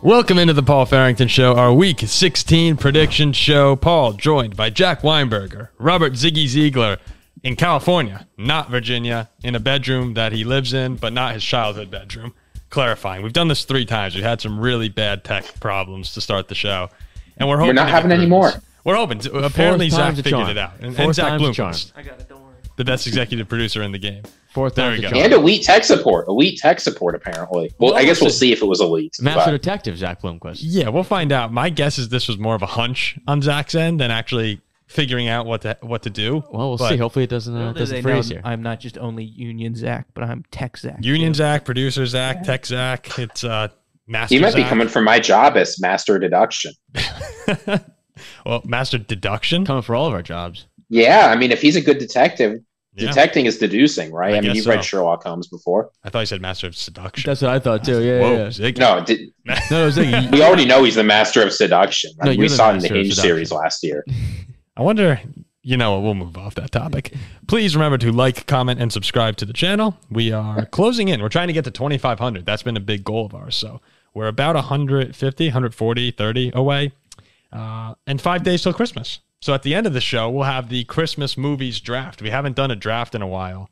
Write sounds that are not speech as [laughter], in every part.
Welcome into the Paul Farrington Show, our Week 16 prediction show. Paul, joined by Jack Weinberger, Robert Ziggy Ziegler in California, not Virginia, in a bedroom that he lives in, but not his childhood bedroom. Clarifying, we've done this three times. We've had some really bad tech problems to start the show, and we're hoping not it having any improves. more. We're hoping. To, apparently, Zach time's a figured charm. it out, and, and Fourth Zach time's a Bloomquist, I got it. Don't worry. the best executive producer in the game. Fourth There time's we a go. charm. And elite tech support. Elite tech support, apparently. Well, I guess we'll see if it was elite. but- Master Detective Zach Blomquist. Yeah, we'll find out. My guess is this was more of a hunch on Zach's end than actually figuring out what to what to do. Well, we'll But see. Hopefully, it doesn't uh, Little did doesn't they freeze know here. I'm not just only Union Zach, but I'm Tech Zach. Union Zach, producer Zach, Tech Zach, it's uh, Master. you might be Zach. coming for my job as Master Deduction. Well, Master Deduction. Coming for all of our jobs. Yeah, I mean, if he's a good detective, Yeah, detecting is deducing, right? I I, mean, guess you've so. read Sherlock Holmes before. I thought you said Master of Seduction. That's what I thought too. Yeah, Whoa, yeah. Zig. No, did, No, no, [laughs] Ziggy. we already know he's the Master of Seduction. I No, mean, you're we the saw it in the master of Hinge seduction. series last year. I wonder. You know, what, we'll move off that topic. Please remember to like, comment, and subscribe to the channel. We are closing in. We're trying to get to 2,500. That's been a big goal of ours. So we're about 150, 140, 30 away. uh, and five days till Christmas. So at the end of the show, we'll have the Christmas movies draft. We haven't done a draft in a while,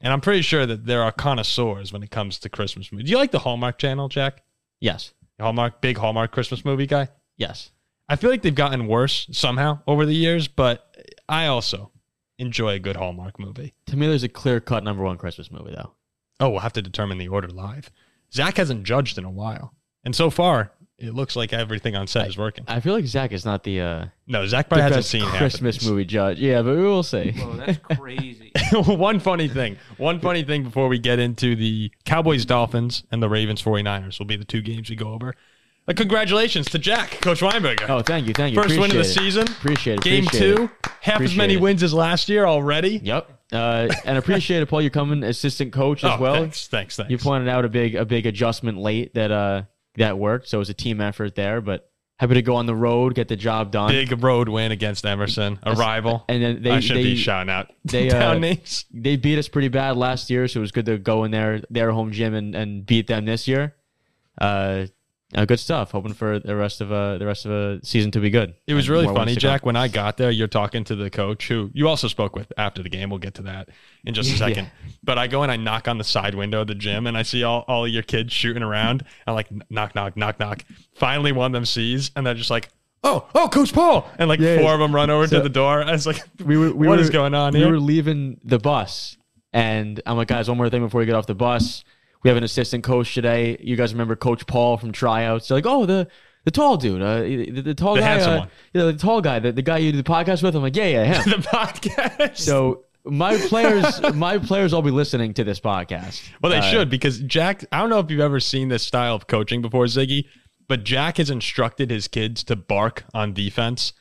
and I'm pretty sure that there are connoisseurs when it comes to Christmas movies. Do you like the Hallmark Channel, Jack? Yes, Hallmark, big Hallmark Christmas movie guy. yes. I feel like they've gotten worse somehow over the years, but I also enjoy a good Hallmark movie. To me, there's a clear cut number one Christmas movie though. Oh, we'll have to determine the order live. Zach hasn't judged in a while, and so far it looks like everything on set is working. I feel like Zach is not the uh, No, Zach the probably hasn't best seen half of Christmas these. movie judge. Yeah, but we will see. Whoa, that's [laughs] crazy. [laughs] one funny thing. One funny thing before we get into the Cowboys, Dolphins, and the Ravens 49ers will be the two games we go over. Uh, congratulations to Jack, Coach Weinberger. Oh, thank you, thank you. First win of the Appreciate it. season. Appreciate it. Game appreciate two. it. Half as Appreciate many it. wins as last year already. Yep. Uh, and appreciate it, Paul. You're coming assistant coach Oh, as well. Thanks, thanks, thanks. You pointed out a big a big adjustment late that uh that worked. So it was a team effort there, but happy to go on the road, get the job done. Big road win against Emerson, a rival. And then they I should they, be shouting out they, [laughs] town uh, names. they beat us pretty bad last year, so it was good to go in their their home gym and, and beat them this year. Uh, uh, good stuff. Hoping for the rest of uh the rest of a season to be good. It was And really more wins funny, to come. Jack. When I got there, you're talking to the coach who you also spoke with after the game. We'll get to that in just a Yeah. second. But I go and I knock on the side window of the gym and I see all, all your kids shooting around. I'm like, knock, knock, knock, knock. Finally, one of them sees and they're just like, oh, oh, Coach Paul. And like Yeah. four of them run over to So- the door. I was like, [laughs] We were, we What were, is going on We here? were leaving the bus, and I'm like, guys, one more thing before we get off the bus. We have an assistant coach today. You guys remember Coach Paul from tryouts? They're like, oh, the the tall dude, uh, the, the tall The guy, handsome uh, one. yeah, the tall guy, the, the guy you do the podcast with. I'm like, yeah, [laughs] yeah, him. the podcast. so my players, my players, all be listening to this podcast. Well, they Uh, should because Jack. I don't know if you've ever seen this style of coaching before, Ziggy, but Jack has instructed his kids to bark on defense,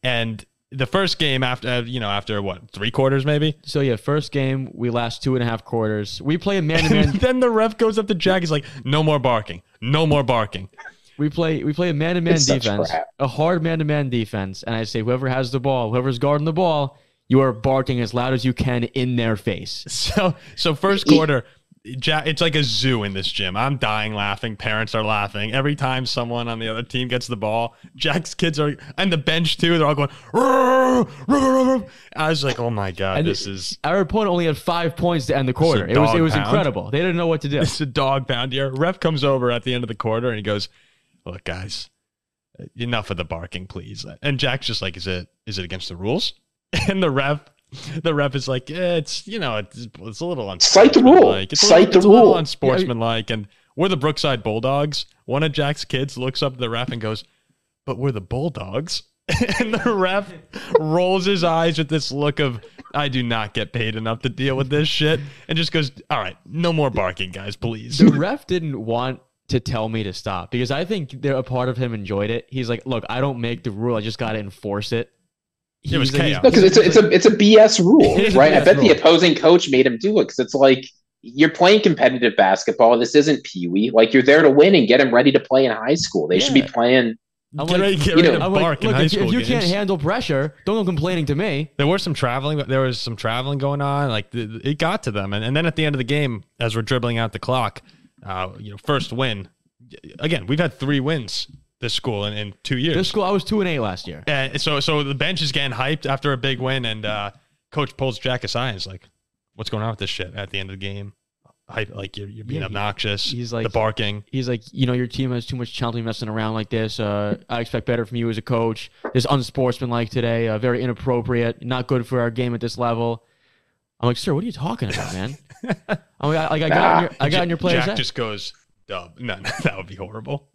and the first game after uh, you know after what three quarters maybe, So yeah, first game we last two and a half quarters. We play a man to man. then the ref goes up to Jack. He's like, "No more barking, no more barking." [laughs] We play we play a man to man It's such defense, crap. a hard man to man defense, and I say whoever has the ball, whoever's guarding the ball, you are barking as loud as you can in their face. So so first quarter. Jack, it's like a zoo in this gym. I'm dying laughing. Parents are laughing every time someone on the other team gets the ball. Jack's kids are and the bench too. They're all going. "Roar, roar, roar, roar." I was like, oh my god, And this is Our opponent only had five points to end the quarter. It was dog it was pound. incredible. They didn't know what to [laughs] do. it's a dog pound here. Ref comes over at the end of the quarter and he goes, "Look, guys, enough of the barking, please." And Jack's just like, "Is it is it against the rules?" [laughs] And the ref, the ref is like, "Eh, "It's you know, it's, it's a little Cite the rule. unsportsmanlike. It's a Cite little, the it's a little rule." unsportsmanlike." And we're the Brookside Bulldogs. One of Jack's kids looks up at the ref and goes, "But we're the Bulldogs." [laughs] and the ref rolls his eyes with this look of I do not get paid enough to deal with this shit and just goes, All right, no more barking, guys, please. [laughs] The ref didn't want to tell me to stop because I think there a part of him enjoyed it. He's like, look, I don't make the rule. I just got to enforce it. It was He's like- chaos. No, because it's a, it's a it's a BS rule, [laughs] It is a right? I BS bet the rule. opposing coach made him do it because it's like you're playing competitive basketball. This isn't pee wee. Like you're there to win and get them ready to play in high school. They should be Yeah. playing. I'm get like- ready, get you ready know, to I'm bark like, in look, high if, you- school if you games. can't handle pressure, don't go complaining to me. there were some traveling, but there was some traveling going on. Like th- th- it got to them, and, and then at the end of the game, as we're dribbling out the clock, uh, you know, first win again, we've had three wins this school in, in two years. This school, I was two and eight last year. And Uh, so so the bench is getting hyped after a big win, and uh, coach pulls Jack aside. And is like, "What's going on with this shit?" At the end of the game, hype like you're, you're being Yeah, he- obnoxious. he's like- the barking. He's like, you know, your team has too much talent to be messing around like this. Uh, I expect better from you as a coach. This unsportsmanlike today, uh, very inappropriate, not good for our game at this level. I'm like, sir, what are you talking [laughs] about, man? I'm like, I, like, I got, in your, I got in your player's Jack head. just goes dub. [laughs] No, no, that would be [laughs] horrible.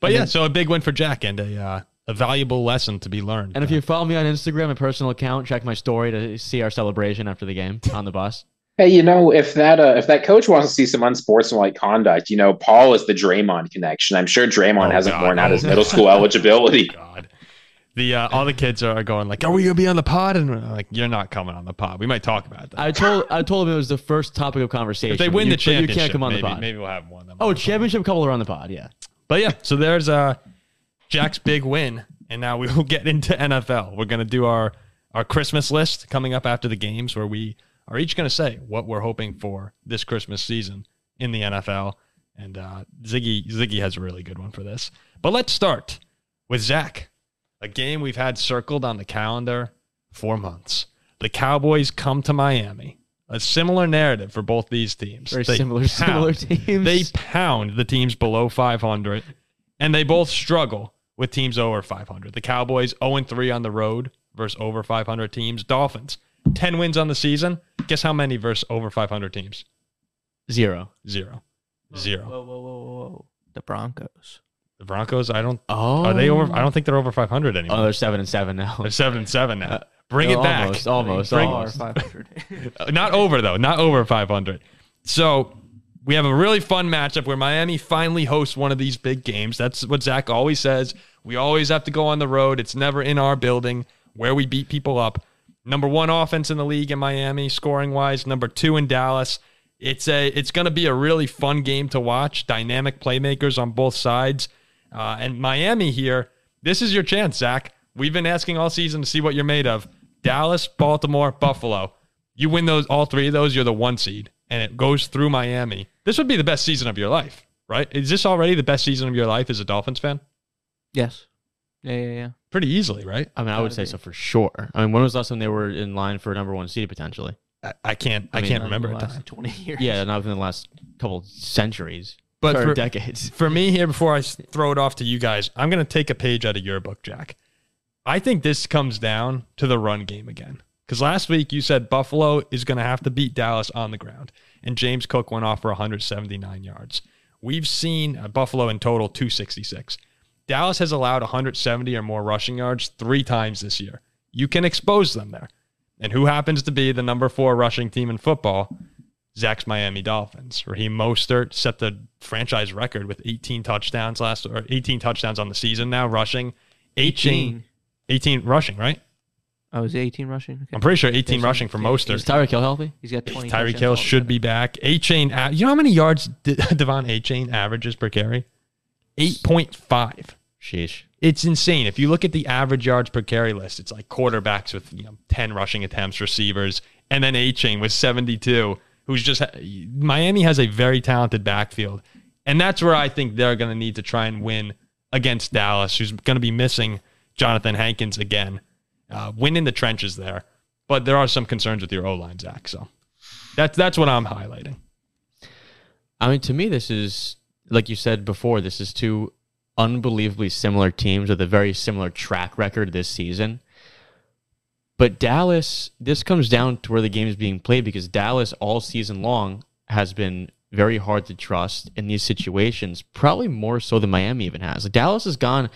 But yeah, so a big win for Jack and a uh, a valuable lesson to be learned. Uh, And if [laughs] you follow me on Instagram, my personal account, check my story to see our celebration after the game on the bus. [laughs] Hey, you know, if that uh, if that coach wants to see some unsportsmanlike conduct, you know, Paul is the Draymond connection. I'm sure Draymond Oh, hasn't God, worn out no. his middle [laughs] school eligibility. God. The uh, all the kids are going like, "Are we gonna be on the pod?" And we're like, "You're not coming on the pod. We might talk about that." I told, I told him it was the first topic of conversation. if they win You- the but championship, you can't come on maybe, the pod. maybe we'll have one. of them Oh, on the pod. championship couple are on the pod. Yeah. But yeah, so there's uh Jack's big win, and now we [laughs] will get into NFL. We're gonna do our our Christmas list coming up after the games, where we are each gonna say what we're hoping for this Christmas season in the NFL. And uh, Ziggy Ziggy has a really good one for this. But let's start with Zach, a game we've had circled on the calendar for months. The Cowboys come to Miami. A similar narrative for both these teams. Very They similar, [laughs] pound similar teams. they pound the teams below 500 and they both struggle with teams over 500 the cowboys 0-3 on the road versus over 500 teams dolphins 10 wins on the season guess how many versus over 500 teams zero. zero Whoa, zero Whoa, whoa, whoa, whoa, whoa. The Broncos. the broncos i don't Oh, are they over i don't think they're over 500 Oh, anymore they're seven and [laughs] seven now. they're 7 and 7 now bring it back Almost, almost, Bring- Or [laughs] almost. 500. Uh, not over though, not over 500. So we have a really fun matchup where Miami finally hosts one of these big games. That's what Zach always says. We always have to go on the road. It's never in our building where we beat people up. Number one offense in the league in Miami, scoring wise. Number two in Dallas. It's a it's going to be a really fun game to watch. Dynamic playmakers on both sides, uh, and Miami here. This is your chance, Zach. We've been asking all season to see what you're made of. Dallas, Baltimore, Buffalo. You win those all three of those, you're the one seed, and it goes through Miami. This would be the best season of your life, right? Is this already the best season of your life as a Dolphins fan? yes. Yeah, yeah, yeah. Pretty easily, right? I mean, I would say so for sure. I mean, when was the last time they were in line for a number one seed potentially? I, I can't, I, mean, can't Not in remember the a last time. 20 [laughs] years. Yeah, not within the last couple centuries, But or for, decades. for me here, before I s- throw it off to you guys, I'm going to take a page out of your book, Jack. I think this comes down to the run game again. Because last week you said Buffalo is going to have to beat Dallas on the ground, and James Cook went off for 179 yards. We've seen uh, Buffalo in total 266. Dallas has allowed 170 or more rushing yards three times this year. You can expose them there. And who happens to be the number four rushing team in football? Zach's Miami Dolphins. Raheem Mostert set the franchise record with 18 touchdowns last or 18 touchdowns on the season now rushing. 18, 18. 18 rushing, right? Oh, is it 18 rushing? Okay. I'm pretty sure 18 Yes, rushing for yeah, Is Mostert. Tyreek Hill healthy? He's got 20. Tyreek touchdowns Hill should altogether. be back. A chain, you know how many yards De- [laughs] Devon A chain averages per carry? 8.5 Sheesh. it's insane. If you look at the average yards per carry list, it's like quarterbacks with you know 10 rushing attempts, receivers, and then A Chain with 72, who's just Miami has a very talented backfield. And that's where I think they're going to need to try and win against Dallas, who's going to be missing Jonathan Hankins again. Uh, win in the trenches there. But there are some concerns with your O line, Zach. So that's, that's what I'm highlighting. I mean, to me, this is like you said before. This is two unbelievably similar teams with a very similar track record this season. But Dallas, this comes down to where the game is being played because Dallas all season long has been very hard to trust in these situations, probably more so than Miami even has. Like Dallas has gone.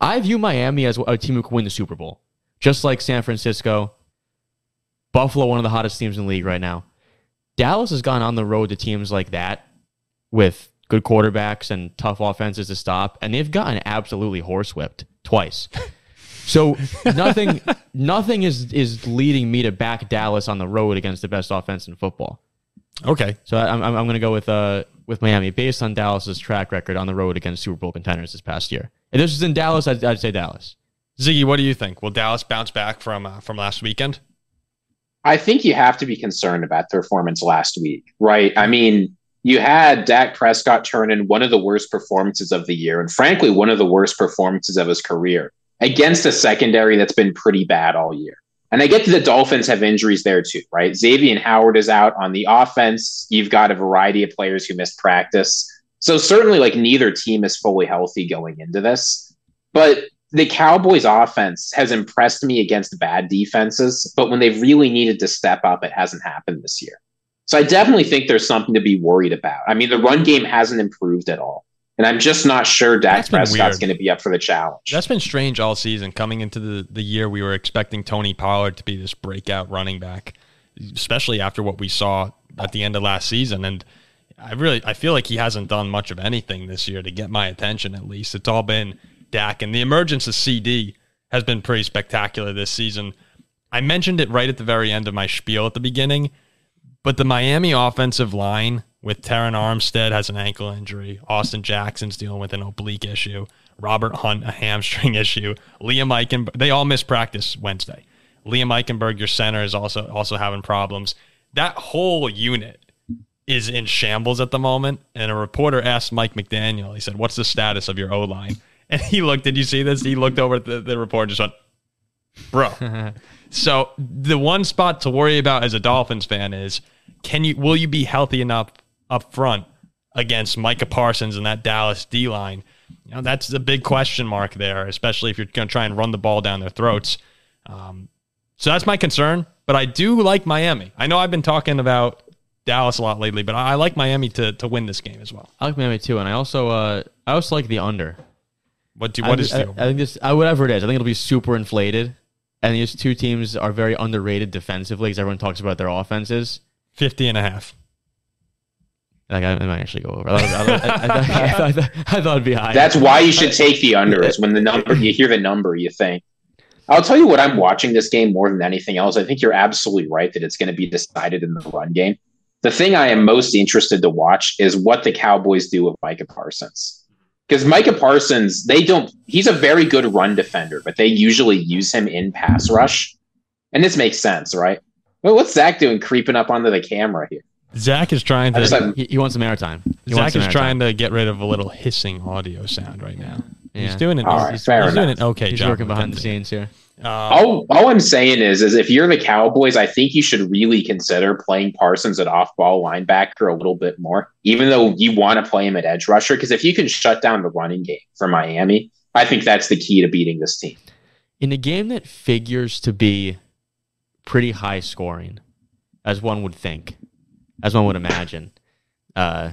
I view Miami as a team who can win the Super Bowl, just like San Francisco, Buffalo, one of the hottest teams in the league right now. Dallas has gone on the road to teams like that with good quarterbacks and tough offenses to stop, and they've gotten absolutely horsewhipped twice. So nothing, nothing is is leading me to back Dallas on the road against the best offense in football. Okay. So I- I'm, I'm going to go with uh with Miami based on Dallas's track record on the road against Super Bowl contenders this past year. If this is in Dallas, I'd, I'd say Dallas. Ziggy, what do you think? Will Dallas bounce back from, uh, from last weekend? I think you have to be concerned about the performance last week, right? I mean, you had Dak Prescott turn in one of the worst performances of the year, and frankly, one of the worst performances of his career against a secondary that's been pretty bad all year. And I get that the Dolphins have injuries there too, right? Xavier Howard is out on the offense. You've got a variety of players who missed practice. So certainly, like neither team is fully healthy going into this. But the Cowboys' offense has impressed me against bad defenses, but when they've really needed to step up, it hasn't happened this year. So I definitely think there's something to be worried about. I mean, the run game hasn't improved at all. And I'm just not sure Dak That's been Prescott's weird. going to be up for the challenge. That's been strange all season. Coming into the, the year, we were expecting Tony Pollard to be this breakout running back, especially after what we saw at the end of last season. And I really I feel like he hasn't done much of anything this year to get my attention. At least it's all been Dak, and the emergence of CD has been pretty spectacular this season. I mentioned it right at the very end of my spiel at the beginning, but the Miami offensive line with Taron Armstead has an ankle injury. Austin Jackson's dealing with an oblique issue. Robert Hunt, a hamstring [laughs] issue. Liam Eichenberg, they all missed practice Wednesday. Liam Eichenberg, your center, is also also having problems. That whole unit is in shambles at the moment. And a reporter asked Mike McDaniel, he said, What's the status of your O line? And he looked, did you see this? He looked over at the, the reporter and just went, Bro. So the one spot to worry about as a Dolphins fan is can you will you be healthy enough up front against Micah Parsons and that Dallas D line? You know, that's the big question mark there, especially if you're gonna try and run the ball down their throats. Um, so that's my concern, but I do like Miami. I know I've been talking about Dallas a lot lately, but I, I like Miami to, to win this game as well. I like Miami too, and I also uh, I also like the under. What do what I, is I, the I think this I, whatever it is. I think it'll be super inflated, and these two teams are very underrated defensively because everyone talks about their offenses. 50 and a half? Like I, I might actually go over. I, thought- I, thought- I, thought- I, thought- I thought it'd be higher. That's why you should take the under is when the number you hear the number, you think. I'll tell you what I'm watching this game more than anything else. I think you're absolutely right that it's going to be decided in the run game. The thing I am most interested to watch is what the Cowboys do with Micah Parsons. Because Micah Parsons, they don't he's a very good run defender, but they usually use him in pass rush. And this makes sense, right? Well, what's Zach doing creeping up onto the camera here? Zach is trying I just to like He, he wants some airtime. He Zach wants some is airtime. trying to get rid of a little hissing audio sound right now. Yeah. He's doing an All he's, right, he's fair doing enough. Oh, an okay He's job working with behind the it. scenes here. Um, all, all I'm saying is, is if you're the Cowboys, I think you should really consider playing Parsons at off-ball linebacker a little bit more, even though you want to play him at edge rusher. Because if you can shut down the running game for Miami, I think that's the key to beating this team. in a game that figures to be pretty high scoring, as one would think, as one would imagine, uh,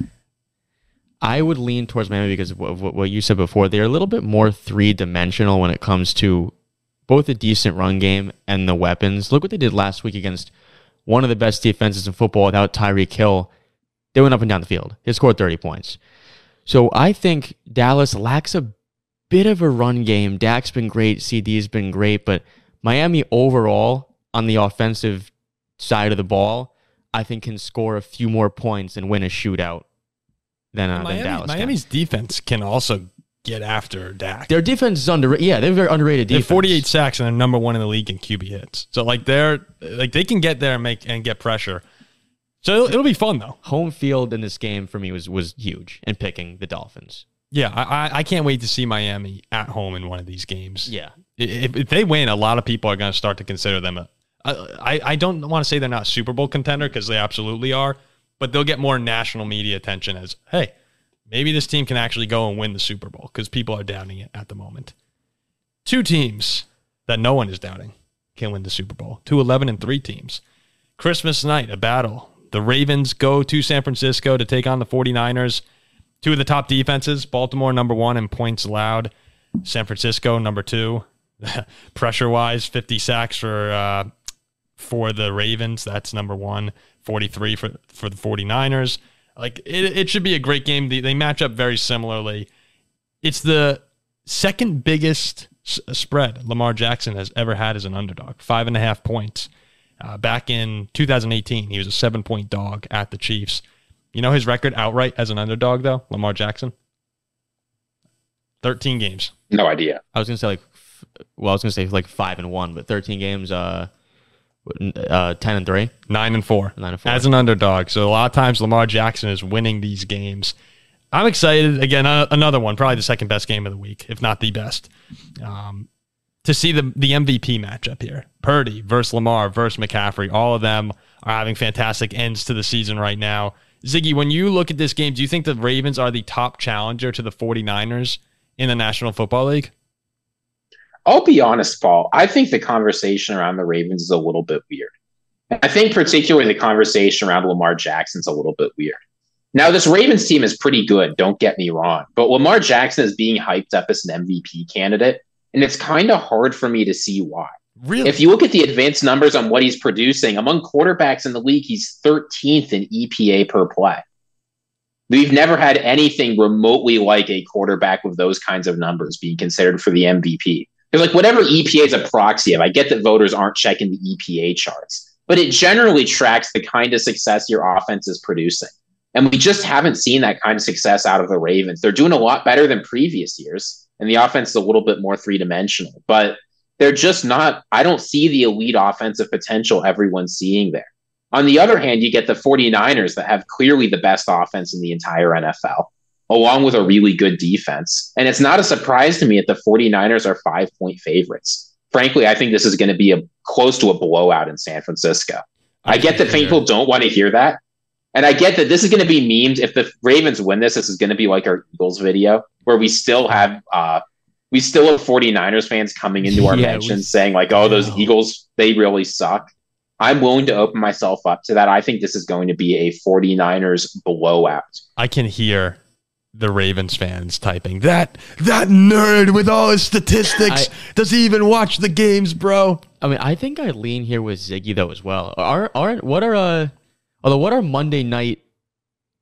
I would lean towards Miami because of what, what you said before. They're a little bit more three dimensional when it comes to both a decent run game and the weapons. Look what they did last week against one of the best defenses in football without Tyreek Hill. They went up and down the field. They scored 30 points. So I think Dallas lacks a bit of a run game. Dak's been great, CD's been great, but Miami overall on the offensive side of the ball, I think can score a few more points and win a shootout than, uh, Miami- than Dallas. can. Miami's defense can also get after Dak. Their defense is underrated. Yeah, they're very underrated They have defense. 48 sacks and they're number one in the league in QB hits. So like they're like they can get there and make and get pressure. So it'll, it'll be fun though. home field in this game for me was was huge in picking the Dolphins. Yeah, I, I- I can't wait to see Miami at home in one of these games. Yeah. if, if they win, a lot of people are going to start to consider them. A, I, I I don't want to say they're not Super Bowl contender because they absolutely are, but they'll get more national media attention as hey, maybe this team can actually go and win the Super Bowl because people are doubting it at the moment. Two teams that no one is doubting can win the Super Bowl. Two 11 and three teams. Christmas night, a battle. The Ravens go to San Francisco to take on the 49ers. Two of the top defenses, Baltimore number one in points allowed, San Francisco number two. [laughs] Pressure wise, 50 sacks for uh, for the Ravens. That's number one. 43 for, for the 49ers. Like it, it should be a great game. They, they match up very similarly. It's the second biggest s- uh, spread Lamar Jackson has ever had as an underdog, five and a half points. Uh, back in 2018, he was a seven point dog at the Chiefs. You know his record outright as an underdog, though? Lamar Jackson? 13 games. No idea. I was gonna say like, f- well, I was gonna say like five and one, but thirteen games. Uh, uh, ten and three, nine and four. nine and four. as an underdog. So a lot of times Lamar Jackson is winning these games. I'm excited again. a- another one, probably the second best game of the week, if not the best. Um, to see the the MVP matchup here, Purdy versus Lamar versus McCaffrey. All of them are having fantastic ends to the season right now. Ziggy, when you look at this game, do you think the Ravens are the top challenger to the 49ers in the National Football League? I'll be honest, Paul. I think the conversation around the Ravens is a little bit weird. I think, particularly, the conversation around Lamar Jackson's a little bit weird. Now, this Ravens team is pretty good, don't get me wrong, but Lamar Jackson is being hyped up as an MVP candidate, and it's kind of hard for me to see why. Really? If you look at the advanced numbers on what he's producing, among quarterbacks in the league, he's 13th in EPA per play. We've never had anything remotely like a quarterback with those kinds of numbers being considered for the MVP. They're like whatever EPA is a proxy of. I get that voters aren't checking the EPA charts, but it generally tracks the kind of success your offense is producing. And we just haven't seen that kind of success out of the Ravens. They're doing a lot better than previous years, and the offense is a little bit more three dimensional. But they're just not i don't see the elite offensive potential everyone's seeing there on the other hand you get the 49ers that have clearly the best offense in the entire nfl along with a really good defense and it's not a surprise to me that the 49ers are five point favorites frankly i think this is going to be a close to a blowout in san francisco i get that people don't want to hear that and i get that this is going to be memed if the ravens win this this is going to be like our eagles video where we still have uh we still have 49ers fans coming into our [laughs] Yeah, mentions we- saying like oh those No. eagles they really suck i'm willing to open myself up to that i think this is going to be a 49ers blowout I can hear the Ravens fans typing that that nerd with all his statistics does he even watch the games, bro? I mean, I think I lean here with Ziggy though as well. Are are what are uh, although what are Monday night?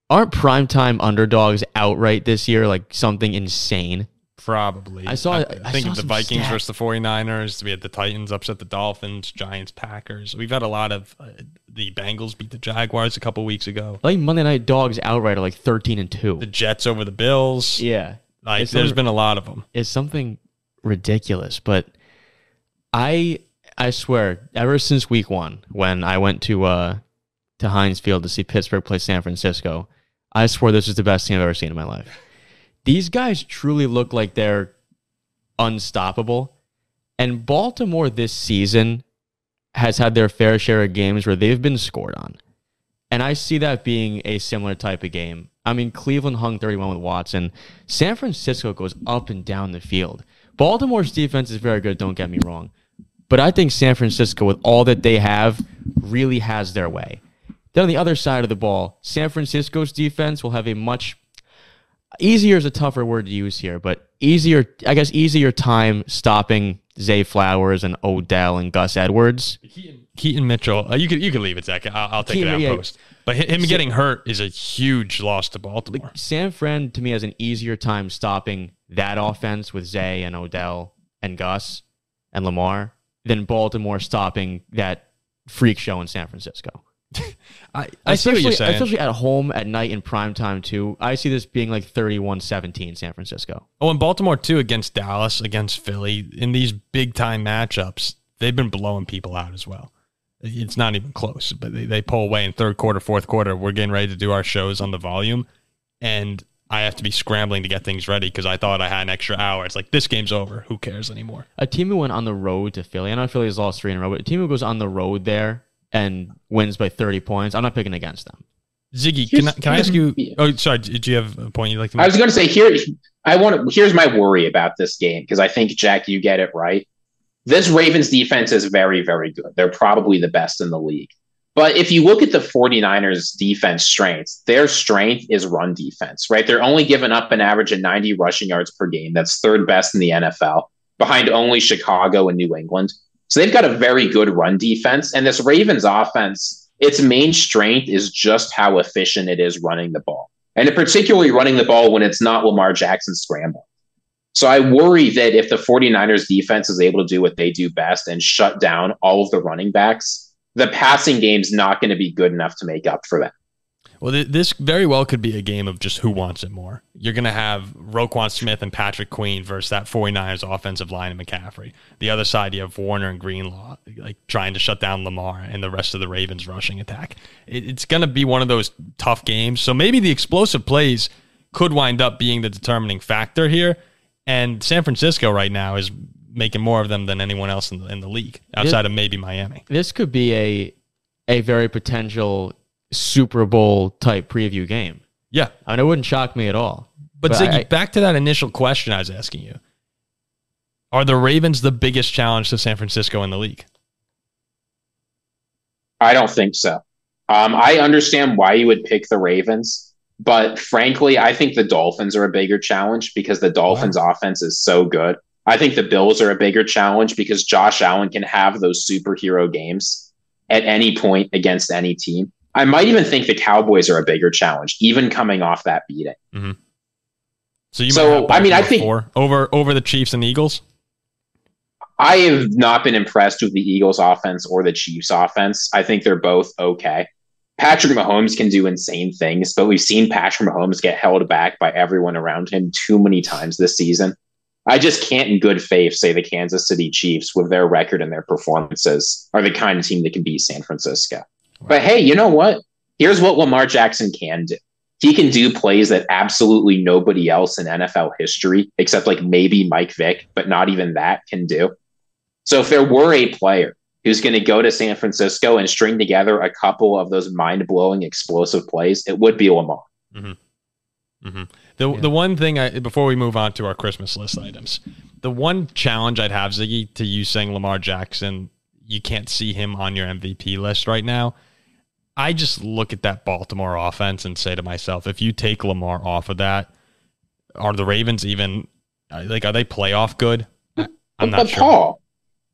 Aren't primetime underdogs outright this year like something insane? Probably. I saw- I, I think saw of the some Vikings stat. versus the 49ers. We had the Titans upset the Dolphins, Giants, Packers. We've had a lot of uh, the Bengals beat the Jaguars a couple weeks ago. I think Monday night dogs outright are like thirteen and two. The Jets over the Bills. Yeah, like it's there's over- been a lot of them. it's something ridiculous. But I I swear, ever since week one, when I went to uh to Heinz Field to see Pittsburgh play San Francisco, I swear this is the best team I've ever seen in my life. These guys truly look like they're unstoppable. And Baltimore this season has had their fair share of games where they've been scored on. And I see that being a similar type of game. I mean, Cleveland hung 31 with Watson. San Francisco goes up and down the field. Baltimore's defense is very good, don't get me wrong. But I think San Francisco, with all that they have, really has their way. Then on the other side of the ball, San Francisco's defense will have a much easier is a tougher word to use here, but easier, I guess, easier time stopping Zay Flowers and Odell and Gus Edwards. Keaton Mitchell. Uh, you could you could leave it, Zach. I'll, I'll take Keaton, it out yeah. post. But hi- him getting hurt is a huge loss to Baltimore. San Fran to me has an easier time stopping that offense with Zay and Odell and Gus and Lamar than Baltimore stopping that freak show in San Francisco. I, I see what you're Especially- saying. Especially at home at night in prime time too. I see this being like 31-17 San Francisco. Oh, and Baltimore too against Dallas, against Philly in these big time matchups, they've been blowing people out as well. It's not even close, but they, they pull away in third quarter, fourth quarter. We're getting ready to do our shows on the volume, and I have to be scrambling to get things ready because I thought I had an extra hour. It's like this game's over. Who cares anymore? A team who went on the road to Philly. I know Philly has lost three in a row, but a team who goes on the road there and wins by 30 points. I'm not picking against them. Ziggy, can I, Here's- can I ask you? here's- Oh, sorry. Did you have a point you'd like to make? I was going to say here. I want. to Here's my worry about this game because I think Jack, you get it right. This Ravens defense is very, very good. They're probably the best in the league. But if you look at the 49ers defense strengths, their strength is run defense, right? They're only giving up an average of 90 rushing yards per game. That's third best in the NFL, behind only Chicago and New England. So they've got a very good run defense. And this Ravens offense, its main strength is just how efficient it is running the ball and particularly running the ball when it's not Lamar Jackson scrambling. So I worry that if the 49ers defense is able to do what they do best and shut down all of the running backs, the passing game's not going to be good enough to make up for that. Well, th- this very well could be a game of just who wants it more. You're going to have Roquan Smith and Patrick Queen versus that 49ers offensive line and McCaffrey. The other side, you have Warner and Greenlaw, like trying to shut down Lamar and the rest of the Ravens rushing attack. It- it's going to be one of those tough games. So maybe the explosive plays could wind up being the determining factor here. And San Francisco right now is making more of them than anyone else in the, in the league outside of maybe Miami. This could be a a very potential Super Bowl type preview game. Yeah. I mean, it wouldn't shock me at all. But, But Ziggy, I- back to that initial question I was asking you. Are the Ravens the biggest challenge to San Francisco in the league? I don't think so. Um, I understand why you would pick the Ravens, but frankly, I think the Dolphins are a bigger challenge because the Dolphins' offense is so good. I think the Bills are a bigger challenge because Josh Allen can have those superhero games at any point against any team. I might even think the Cowboys are a bigger challenge, even coming off that beating. So you might So, have I mean, I Baltimore think- four over over the Chiefs and Eagles. I have not been impressed with the Eagles offense or the Chiefs offense. I think they're both okay. Patrick Mahomes can do insane things, but we've seen Patrick Mahomes get held back by everyone around him too many times this season. I just can't, in good faith, say the Kansas City Chiefs, with their record and their performances, are the kind of team that can beat San Francisco. But hey, you know what? Here's what Lamar Jackson can do. He can do plays that absolutely nobody else in NFL history, except like maybe Mike Vick, but not even that, can do. So if there were a player who's going to go to San Francisco and string together a couple of those mind blowing explosive plays, it would be Lamar. The Yeah. the one thing I before we move on to our Christmas list items, the one challenge I'd have Ziggy to you saying Lamar Jackson, you can't see him on your MVP list right now. I just look at that Baltimore offense and say to myself, if you take Lamar off of that, are the Ravens even uh, like are they playoff good? I- I'm but not sure. Paul,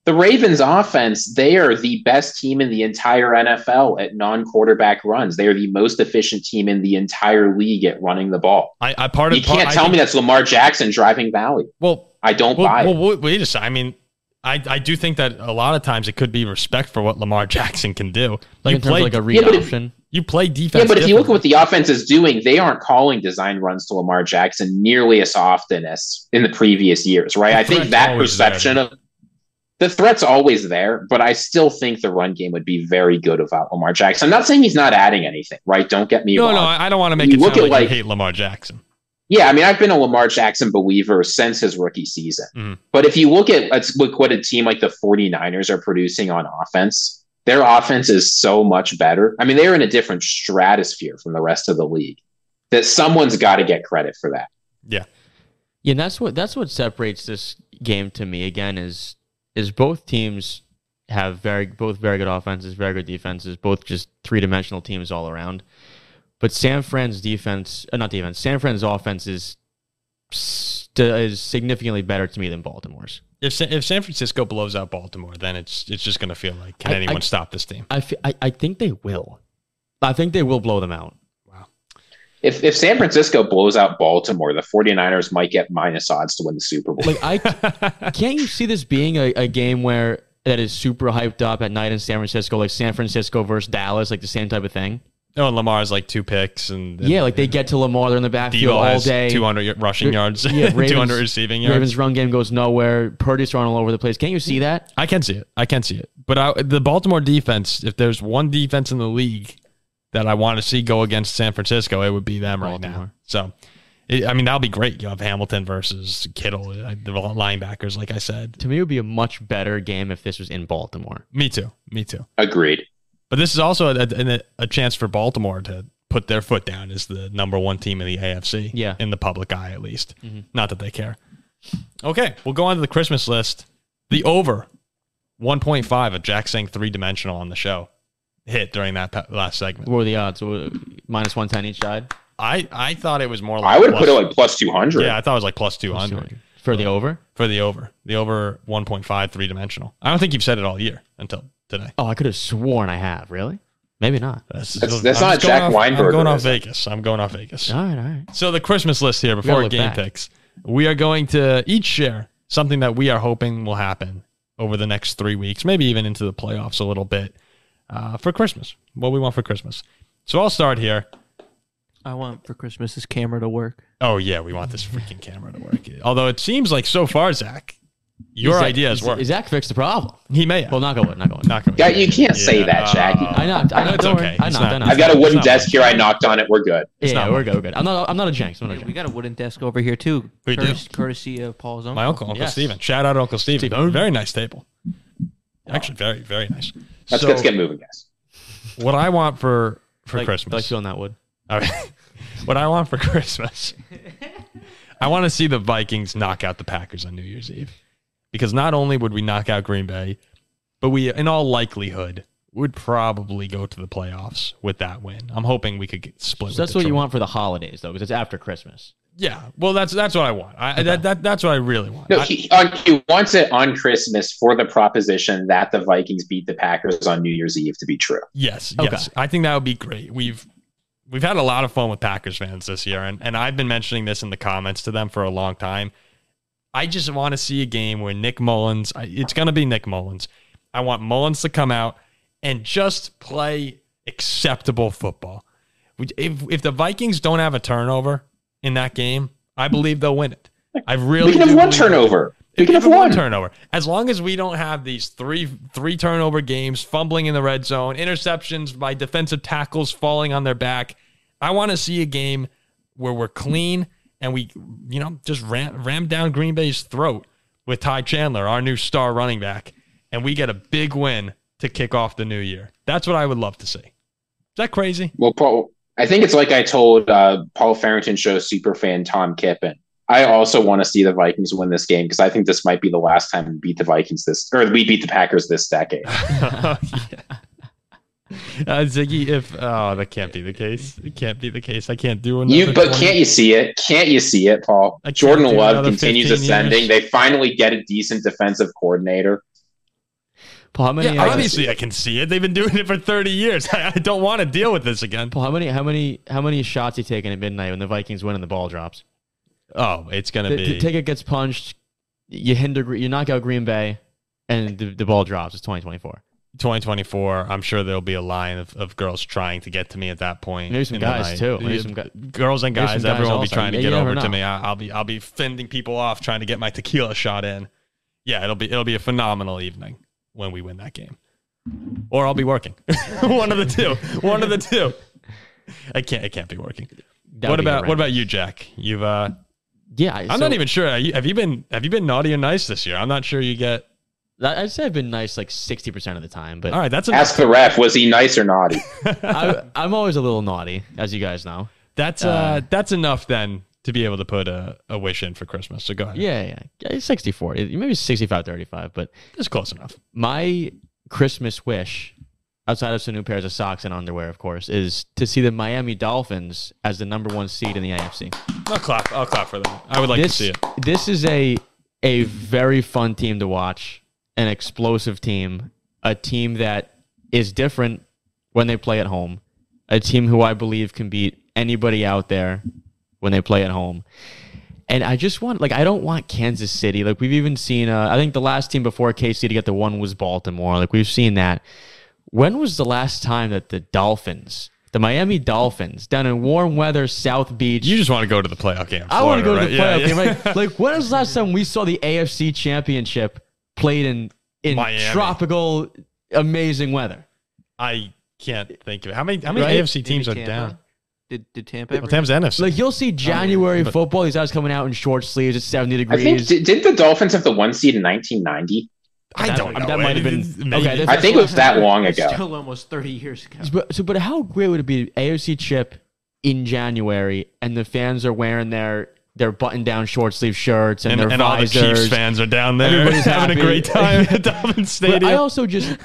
the Ravens offense, they are the best team in the entire NFL at non quarterback runs. They are the most efficient team in the entire league at running the ball. I, I part of You can't part- tell I me think- that's Lamar Jackson driving Valley. Well, I don't well, buy it. well, wait- wait a second. I mean, I, I do think that a lot of times it could be respect for what Lamar [laughs] Jackson can do. Like Like you in terms play, of like a read Yeah, but if- option. you play defense. Yeah, but if you look at differently. what the offense is doing, they aren't calling design runs to Lamar Jackson nearly as often as in the previous years, right? The I think threat's that always perception there. of the threat's always there, but I still think the run game would be very good without Lamar Jackson. I'm not saying he's not adding anything, right? Don't get me no, wrong. no, I I don't want to make You it look sound like, at, you like- hate Lamar Jackson. Yeah, I mean, I've been a Lamar Jackson believer since his rookie season. Mhm. But if you look at let's look what a team like the 49ers are producing on offense, their offense is so much better. I mean, they're in a different stratosphere from the rest of the league that someone's got to get credit for that. Yeah, and that's what that's what separates this game to me again is is both teams have very both very good offenses, very good defenses, both just three dimensional teams all around. But San Fran's defense, uh, not defense, San Fran's offense is st- is significantly better to me than Baltimore's. If San, if San Francisco blows out Baltimore, then it's it's just going to feel like can I- I- anyone stop this team? [laughs] I fe- I- I think they will. I think they will blow them out. If, if San Francisco blows out Baltimore, the 49ers might get minus odds to win the Super Bowl. Like I Can't you see this being a, a game where that is super hyped up at night in San Francisco, like San Francisco versus Dallas, like the same type of thing? oh, and Lamar's like two picks and, and Yeah, like they get to Lamar, they're in the Debo backfield all has day. two hundred rushing Yeah, yards, [laughs] Ravens- two hundred receiving yards. Ravens run game goes nowhere. Purdy's thrown all over the place. Can't you see that? I can see it. I can see it. But I, the Baltimore defense, if there's one defense in the league that I want to see go against San Francisco, it would be them right now. Baltimore. So, it, I mean, that'll be great. You have Hamilton versus Kittle, uh, the linebackers, like I said. To me, it would be a much better game if this was in Baltimore. Me too. Me too. Agreed. But this is also a, a, a chance for Baltimore to put their foot down as the number one team in the AFC. Yeah. In the public eye, at least. Mhm. Not that they care. Okay. We'll go on to the Christmas list. The over 1.5 of Jack saying three dimensional on the show hit during that pa- last segment. What were the odds? What- Minus 110 each side? I, I thought it was more like. I would oh, plus- put it like plus 200. Yeah, I thought it was like plus 200 For the over? for the over. The over 1.5, three dimensional. I don't think you've said it all year until today. Oh, I could have sworn I have. Really? Maybe not. That's, That's- that's I'm not just going Jack off- I'm Weinberger, going off is it? Vegas. I'm going off Vegas. All right, all right. So the Christmas list here before look game back. picks, we are going to each share something that we are hoping will happen over the next three weeks, maybe even into the playoffs a little bit uh, for Christmas. What we want for Christmas. So I'll start here. I want for Christmas this camera to work. Oh yeah, we want this freaking camera to work. Although it seems like so far, Zach, your Zach- idea has Z- worked. Zach fixed the problem. he may. Have. Uh, Well, knock on wood. Knock on wood. Not gonna. Yeah, you can't say that, Jack. I knocked. I No, knocked. it's Don't worry. okay. I It's knocked. not- I knocked. I've got a wooden It's not desk here. I knocked on it. We're good. It's yeah, not we're good. We're good. I'm not. I'm not a jinx. I'm not a Hey, we jinx. got a wooden desk over here too. We do. courtesy, courtesy of Paul's uncle. My uncle, Uncle Yes. Steven. Shout out, to Uncle Steven. Steven. Very nice table. Actually, very very nice. Let's, so let's get moving, guys. what I want for for like, Christmas. Like feeling that wood. All right. [laughs] what I want for [laughs] Christmas, I want to see the Vikings knock out the Packers on New Year's Eve. Because not only would we knock out Green Bay, but we, in all likelihood, would probably go to the playoffs with that win. I'm hoping we could get split. So with that's what you Detroit. want for the holidays, though, because it's after Christmas. Yeah. Well, that's that's what I want. I, that, that that's what I really want. No, I- he, on, he wants it on Christmas for the proposition that the Vikings beat the Packers on New Year's Eve to be true. Yes, Okay. yes. I think that would be great. We've we've had a lot of fun with Packers fans this year, and, and I've been mentioning this in the comments to them for a long time. I just want to see a game where Nick Mullins, I, it's going to be Nick Mullins. I want Mullins to come out and just play acceptable football. We- If, if the Vikings don't have a turnover in that game, I believe they'll win it. I really We can have do one believe that. turnover. We If can have one one. turnover. As long as we don't have these three three turnover games, fumbling in the red zone, interceptions by defensive tackles falling on their back, I want to see a game where we're clean and we, you know, just ram, ram down Green Bay's throat with Ty Chandler, our new star running back, and we get a big win to kick off the new year. That's what I would love to see. Is that crazy? Well, Paul, I think it's like I told uh, Paul Farrington show superfan Tom Kippen. I also want to see the Vikings win this game because I think this might be the last time we beat the Vikings this, or we beat the Packers this decade. Oh, [laughs] yeah. Uh, Ziggy, if oh, that can't be the case. It can't be the case. I can't do another. You, but 20 can't you see it? Can't you see it, Paul? I can't do Jordan Love another continues 15 ascending. years. They finally get a decent defensive coordinator. Paul, how many? Yeah, uh, obviously I can see it. They've been doing it for 30 years. [laughs] I, I don't want to deal with this again. Paul, how many? How many? How many shots you taking at midnight when the Vikings win and the ball drops? Oh, it's gonna The, be. the ticket gets punched. You hinder. Gre- You knock out Green Bay, and the, the ball drops. It's 2024. 2024. I'm sure there'll be a line of, of girls trying to get to me at that point. Maybe some in the guys, night. too. Maybe Yeah, some gu- girls and maybe guys. some guys everyone will be also. trying to Yeah, get you never over to know. me. I, I'll be I'll be fending people off trying to get my tequila shot in. Yeah, it'll be it'll be a phenomenal evening when we win that game, or I'll be working. [laughs] One of the two. One of the two. I can't. I can't be working. That what would be about what horrendous. about you, Jack? You've uh, Yeah, I'm not even sure. Are you- Have you been Have you been naughty or nice this year? I'm not sure you get. I'd say I've been nice like 60 percent of the time, but All right, that's enough. Ask the ref, was he nice or naughty? I, I'm always a little naughty, as you guys know. That's uh, uh, that's enough then to be able to put a, a wish in for Christmas. So go ahead. Yeah, yeah, yeah. It's 60 40, maybe 65 35. But it's close enough. my Christmas wish, outside of some new pairs of socks and underwear, of course, is to see the Miami Dolphins as the number one seed in the AFC. I'll clap. I'll clap for them. I would like this, to see it. this is a a very fun team to watch, an explosive team, a team that is different when they play at home, a team who I believe can beat anybody out there when they play at home. And I just want, like, I don't want Kansas City. Like, we've even seen, uh, I think the last team before KC to get the one was Baltimore. Like, we've seen that. When was the last time that the Dolphins, the Miami Dolphins, down in warm weather, South Beach, You just want to go to the playoff game. in I want to go Florida, to the right? playoff Yeah, game. yeah. Like, like, when was the last time we saw the AFC Championship played in in Miami. tropical, amazing weather? [laughs] I can't think of it. how many how many Right? AFC teams are Maybe Tampa? down. Did did Tampa? Well, ever- Tam's NFC. Like, you'll see January but- football. These guys coming out in short sleeves at seventy I think degrees. did, did the Dolphins have the one seed in 1990? I that- don't know. that might have been- Maybe. okay, I that's- think it was [laughs] that long It's ago. Still almost thirty years ago. but, so, but how great would it be AFC chip in January and the fans are wearing their their button down short sleeve shirts and, and, their and all the Chiefs visors. fans are down there [laughs] having Everybody's a happy. great time [laughs] at Dolphin Stadium. But I [laughs] also just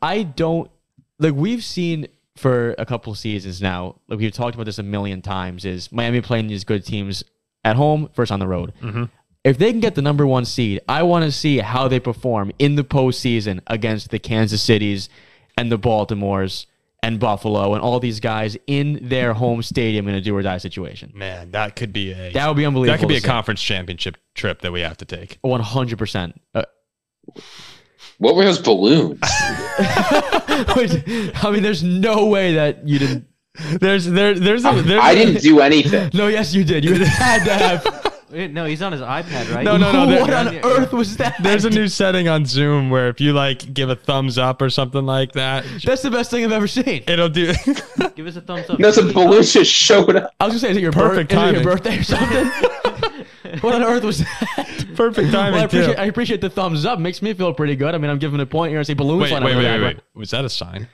I don't like we've seen for a couple seasons now. Like we've talked about this a million times. Is Miami playing these good teams at home versus on the road? Mm-hmm. If they can get the number one seed, I want to see how they perform in the postseason against the Kansas Cities and the Baltimores and Buffalo and all these guys in their home stadium in a do or die situation. Man, that could be a That would be unbelievable. that could be a to see. conference championship trip that we have to take. 100%. Uh, What were those balloons? I mean, there's no way that you didn't There's [laughs] there there's a there's I didn't do [laughs] anything. No, yes, you did. You had to have. Eh, No, he's on his iPad, right? No, no, no, [laughs] there- what on earth was that? There's a new setting on Zoom where if you like give a thumbs up or something like that, That's the best thing I've ever seen. it'll [laughs] do. Give us a thumbs up. No, some balloon just showed up. I was gonna say, is it your Perfect birth- is it timing. your birthday or something? [laughs] what on earth was that? Perfect timing Well, I, too. appreciate, I appreciate the thumbs up. Makes me feel pretty good. I mean, I'm giving a point here. I say balloon. wait, flying wait, over wait, there. wait, wait. Was that a sign?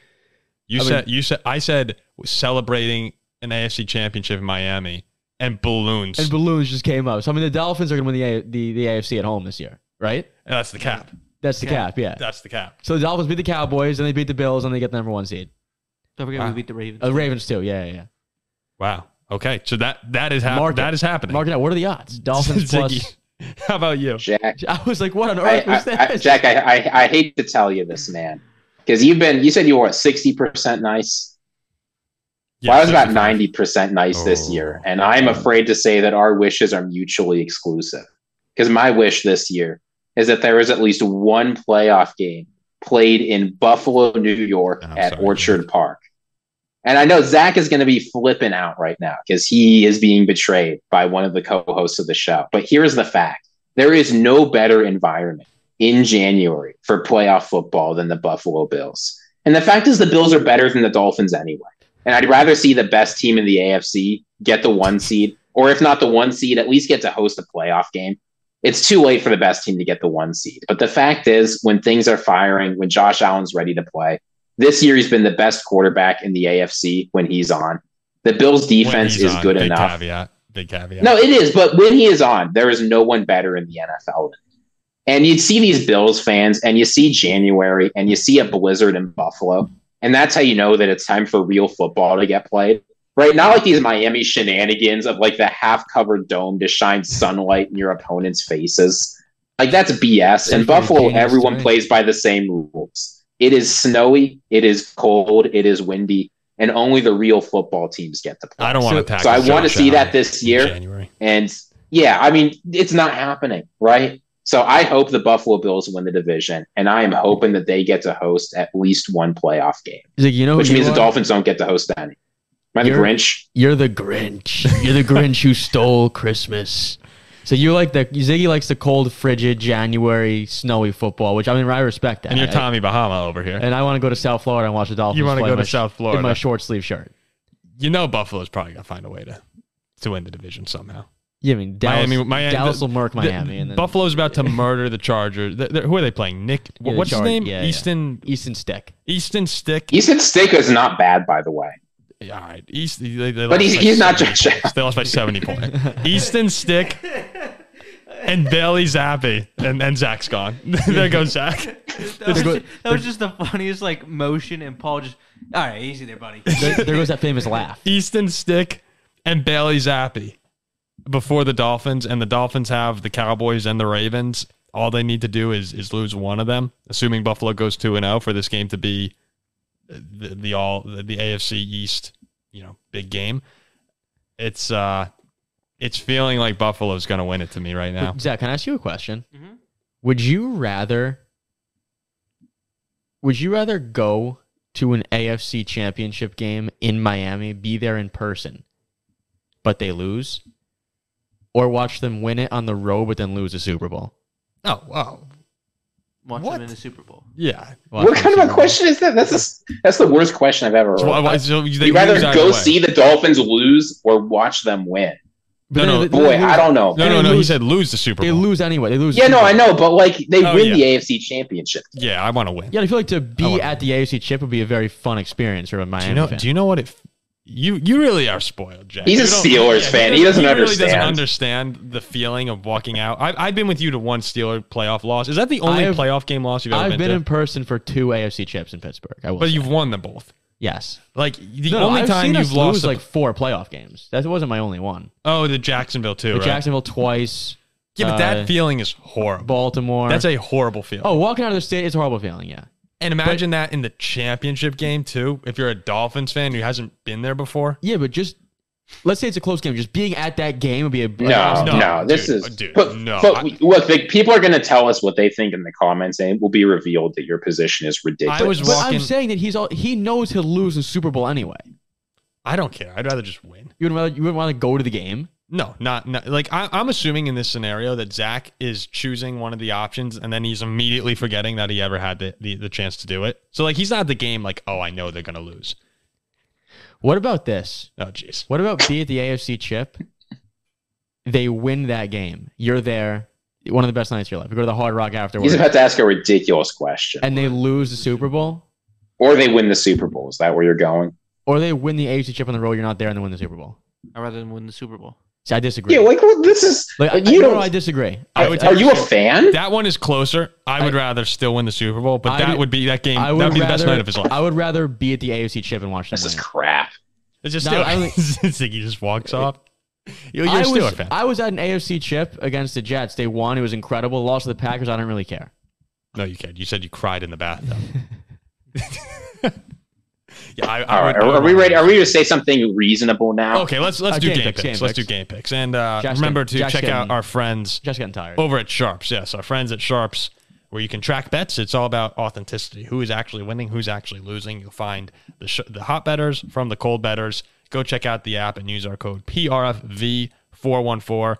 You I mean- said you said I said celebrating an AFC championship in Miami and balloons. And balloons just came up. So I mean, the Dolphins are gonna win the A- the, the AFC at home this year, right? That's the cap. That's the Cap. cap, yeah. That's the cap. So the Dolphins beat the Cowboys, and they beat the Bills, and they get the number one seed. Don't forget Wow. we beat the Ravens. Uh, Ravens too, yeah, yeah. yeah. Wow. Okay. So that that is happening. Mark it. That is happening. [laughs] Mark it out. What are the odds? Dolphins plus. Ziggy, [laughs] How about you? Jack, I was like, [laughs] what on I, earth was I, that? I, Jack, I, I, I hate to tell you this, man, because you've been. You said you were what sixty percent nice. well, I was about 65. ninety percent nice this Oh. year, and I'm afraid to say that our wishes are mutually exclusive. Because my wish this year is that there is at least one playoff game played in Buffalo, New York, I'm at sorry, Orchard Park. And I know Zach is going to be flipping out right now because he is being betrayed by one of the co-hosts of the show. But here is the fact: there is no better environment in January for playoff football than the Buffalo Bills. And the fact is, the Bills are better than the Dolphins anyway. And I'd rather see the best team in the AFC get the one seed, or if not the one seed, at least get to host a playoff game. It's too late for the best team to get the one seed. But the fact is, when things are firing, when Josh Allen's ready to play, this year he's been the best quarterback in the AFC when he's on. The Bills' When defense he's is on, good big enough. Caveat. Big caveat. No, it is. But when he is on, there is no one better in the NFL. And you'd see these Bills fans, and you see January, and you see a blizzard in Buffalo, and that's how you know that it's time for real football to get played. Right, not like these Miami shenanigans of like the half-covered dome to shine sunlight in your opponent's faces. Like that's BS. In It's Buffalo, ridiculous to everyone me. plays by the same rules. It is snowy, it is cold, it is windy, and only the real football teams get to play. I don't want So- to tackle. So I want to Josh see Allen that this in year. January. And yeah, I mean, it's not happening, right? So I hope the Buffalo Bills win the division, and I am hoping that they get to host at least one playoff game, Ziggy, you Oh, know which who means you the are? Dolphins don't get to host any. Am I the You're- Grinch? You're the Grinch. You're the [laughs] Grinch who stole Christmas. So you like the Ziggy likes the cold, frigid, January, snowy football, which I mean I respect that. And you're I- Tommy Bahama over here. and I want to go to South Florida and watch the Dolphins. You want to play go in my to sh- South in my Florida? short sleeve shirt. You know Buffalo's probably gonna find a way to to win the division somehow. Yeah, I mean Dallas, Miami- Miami- Dallas the- will murk The- Miami and then Buffalo's about to murder the Chargers. They're- they're- who are they playing? Nick. Yeah, the what's his Charg- name? yeah, yeah. Easton. Easton Stick. Easton Stick. Easton Stick is not bad, by the way. Yeah, All right. East, they, they But lost he's- by he's not 70 Josh points. They [laughs] lost by 70 points. Easton Stick and Bailey Zappi. And then Zach's gone. [laughs] there goes Zach. That was, just, that was just the funniest like motion, and Paul just all right, easy there, buddy. There, there goes that famous [laughs] laugh. Easton Stick and Bailey Zappi before the Dolphins. And the Dolphins have the Cowboys and the Ravens. All they need to do is, is lose one of them, assuming Buffalo goes 2 and 0 for this game to be the, the all the, the AFC East, you know, big game. It's uh it's feeling like Buffalo's going to win it to me right [laughs] now. Zach, can I ask you a question? Mhm. Would you rather? Would you rather go to an AFC Championship game in Miami, be there in person, but they lose, or watch them win it on the road but then lose the Super Bowl? Oh wow! Watch What? them in the Super Bowl. Yeah. what Watch them kind Super of a Bowl. question is that? That's just, that's the worst question I've ever So why- heard. why- so they You'd rather lose either go way. see the Dolphins lose or watch them win. No, But then no. they- they Boy, lose- I don't No, know. They no, no. He lose- said lose the Super They Bowl. lose anyway. They lose. the Yeah, no, Super I Bowl. know, but like they Oh, win yeah. the AFC championship. yeah, I want to win. Yeah, I feel like to be wanna- at the AFC Chip would be a very fun experience for a Oh, Miami Do you know? fan. Do you know what it? f- You you really are spoiled, Jack. He's a You don't- Steelers fan. He doesn't Really doesn't understand. understand the feeling of walking out. I've, I've been with you to one Steeler playoff loss. Is that the only I've- playoff game loss you've ever I've been, been, to? in person for two AFC Chips in Pittsburgh. I will. but say. you've won them both. yes. Like the No, no, only I've time seen you've us lost, lose, a- like four playoff games. That wasn't my only one. oh, the Jacksonville too, But right? Jacksonville twice. yeah, but uh, that feeling is horrible. Baltimore. That's a horrible feeling. oh, walking out of the state is a horrible feeling. Yeah, and imagine that in the championship game too. If you're a Dolphins fan who hasn't been there before, yeah, but just let's say it's a close game. Just being at that game would be a No, No, no, this dude, uh, is. dude, but, no, but I- we- look, the, people are going to tell us what they think in the comments, and it will be revealed that your position is ridiculous. I was But I'm walking- saying that he's all he knows he'll lose the Super Bowl anyway. I don't care. I'd rather just win. You would rather you would want to go to the game. No, not, not like I, I'm assuming in this scenario that Zach is choosing one of the options and then he's immediately forgetting that he ever had the, the, the chance to do it. So like he's not at the game like, oh, I know they're gonna lose. What about this? Oh, jeez. What about be at the AFC chip? They win that game. You're there. One of the best nights of your life. You go to the Hard Rock afterwards, He's about to ask a ridiculous question. and they lose the Super Bowl, Or they win the Super Bowl. Is that where you're going? or they win the AFC chip on the road. You're not there, and they win the Super Bowl. I'd rather than win the Super Bowl. See, I disagree. Yeah, like well, this is. Like, I, you you don't. I disagree. I I, would- I, are you a fan? That one is closer. I would rather still win the Super Bowl, but I that would- would be that game. I That would would be the best rather- night of his life. I would rather be at the AFC chip and watch them This is win. crap. It's just No, Stewart. I [laughs] would- Ziggy just walks off. You're, you're Uh, I a Stewart was, fan. I was at an AFC chip against the Jets. They won. It was incredible. Lost to the Packers. I don't really care. no, you can't. You said you cried in the [laughs] bathtub. yeah, I, I All would- right. I Are, would are we rather- ready? Are we going to say something reasonable now? Okay, let's let's Uh, do game game picks. picks, game Let's do picks. game picks, and uh, Jack's remember getting- to Jack's check out getting- our friends Just getting tired. over at Sharps. Yes, our friends at Sharps, where you can track bets. It's all about authenticity. Who is actually winning? Who's actually losing? You'll find the sh- the hot betters from the cold betters. Go check out the app and use our code PRFV414.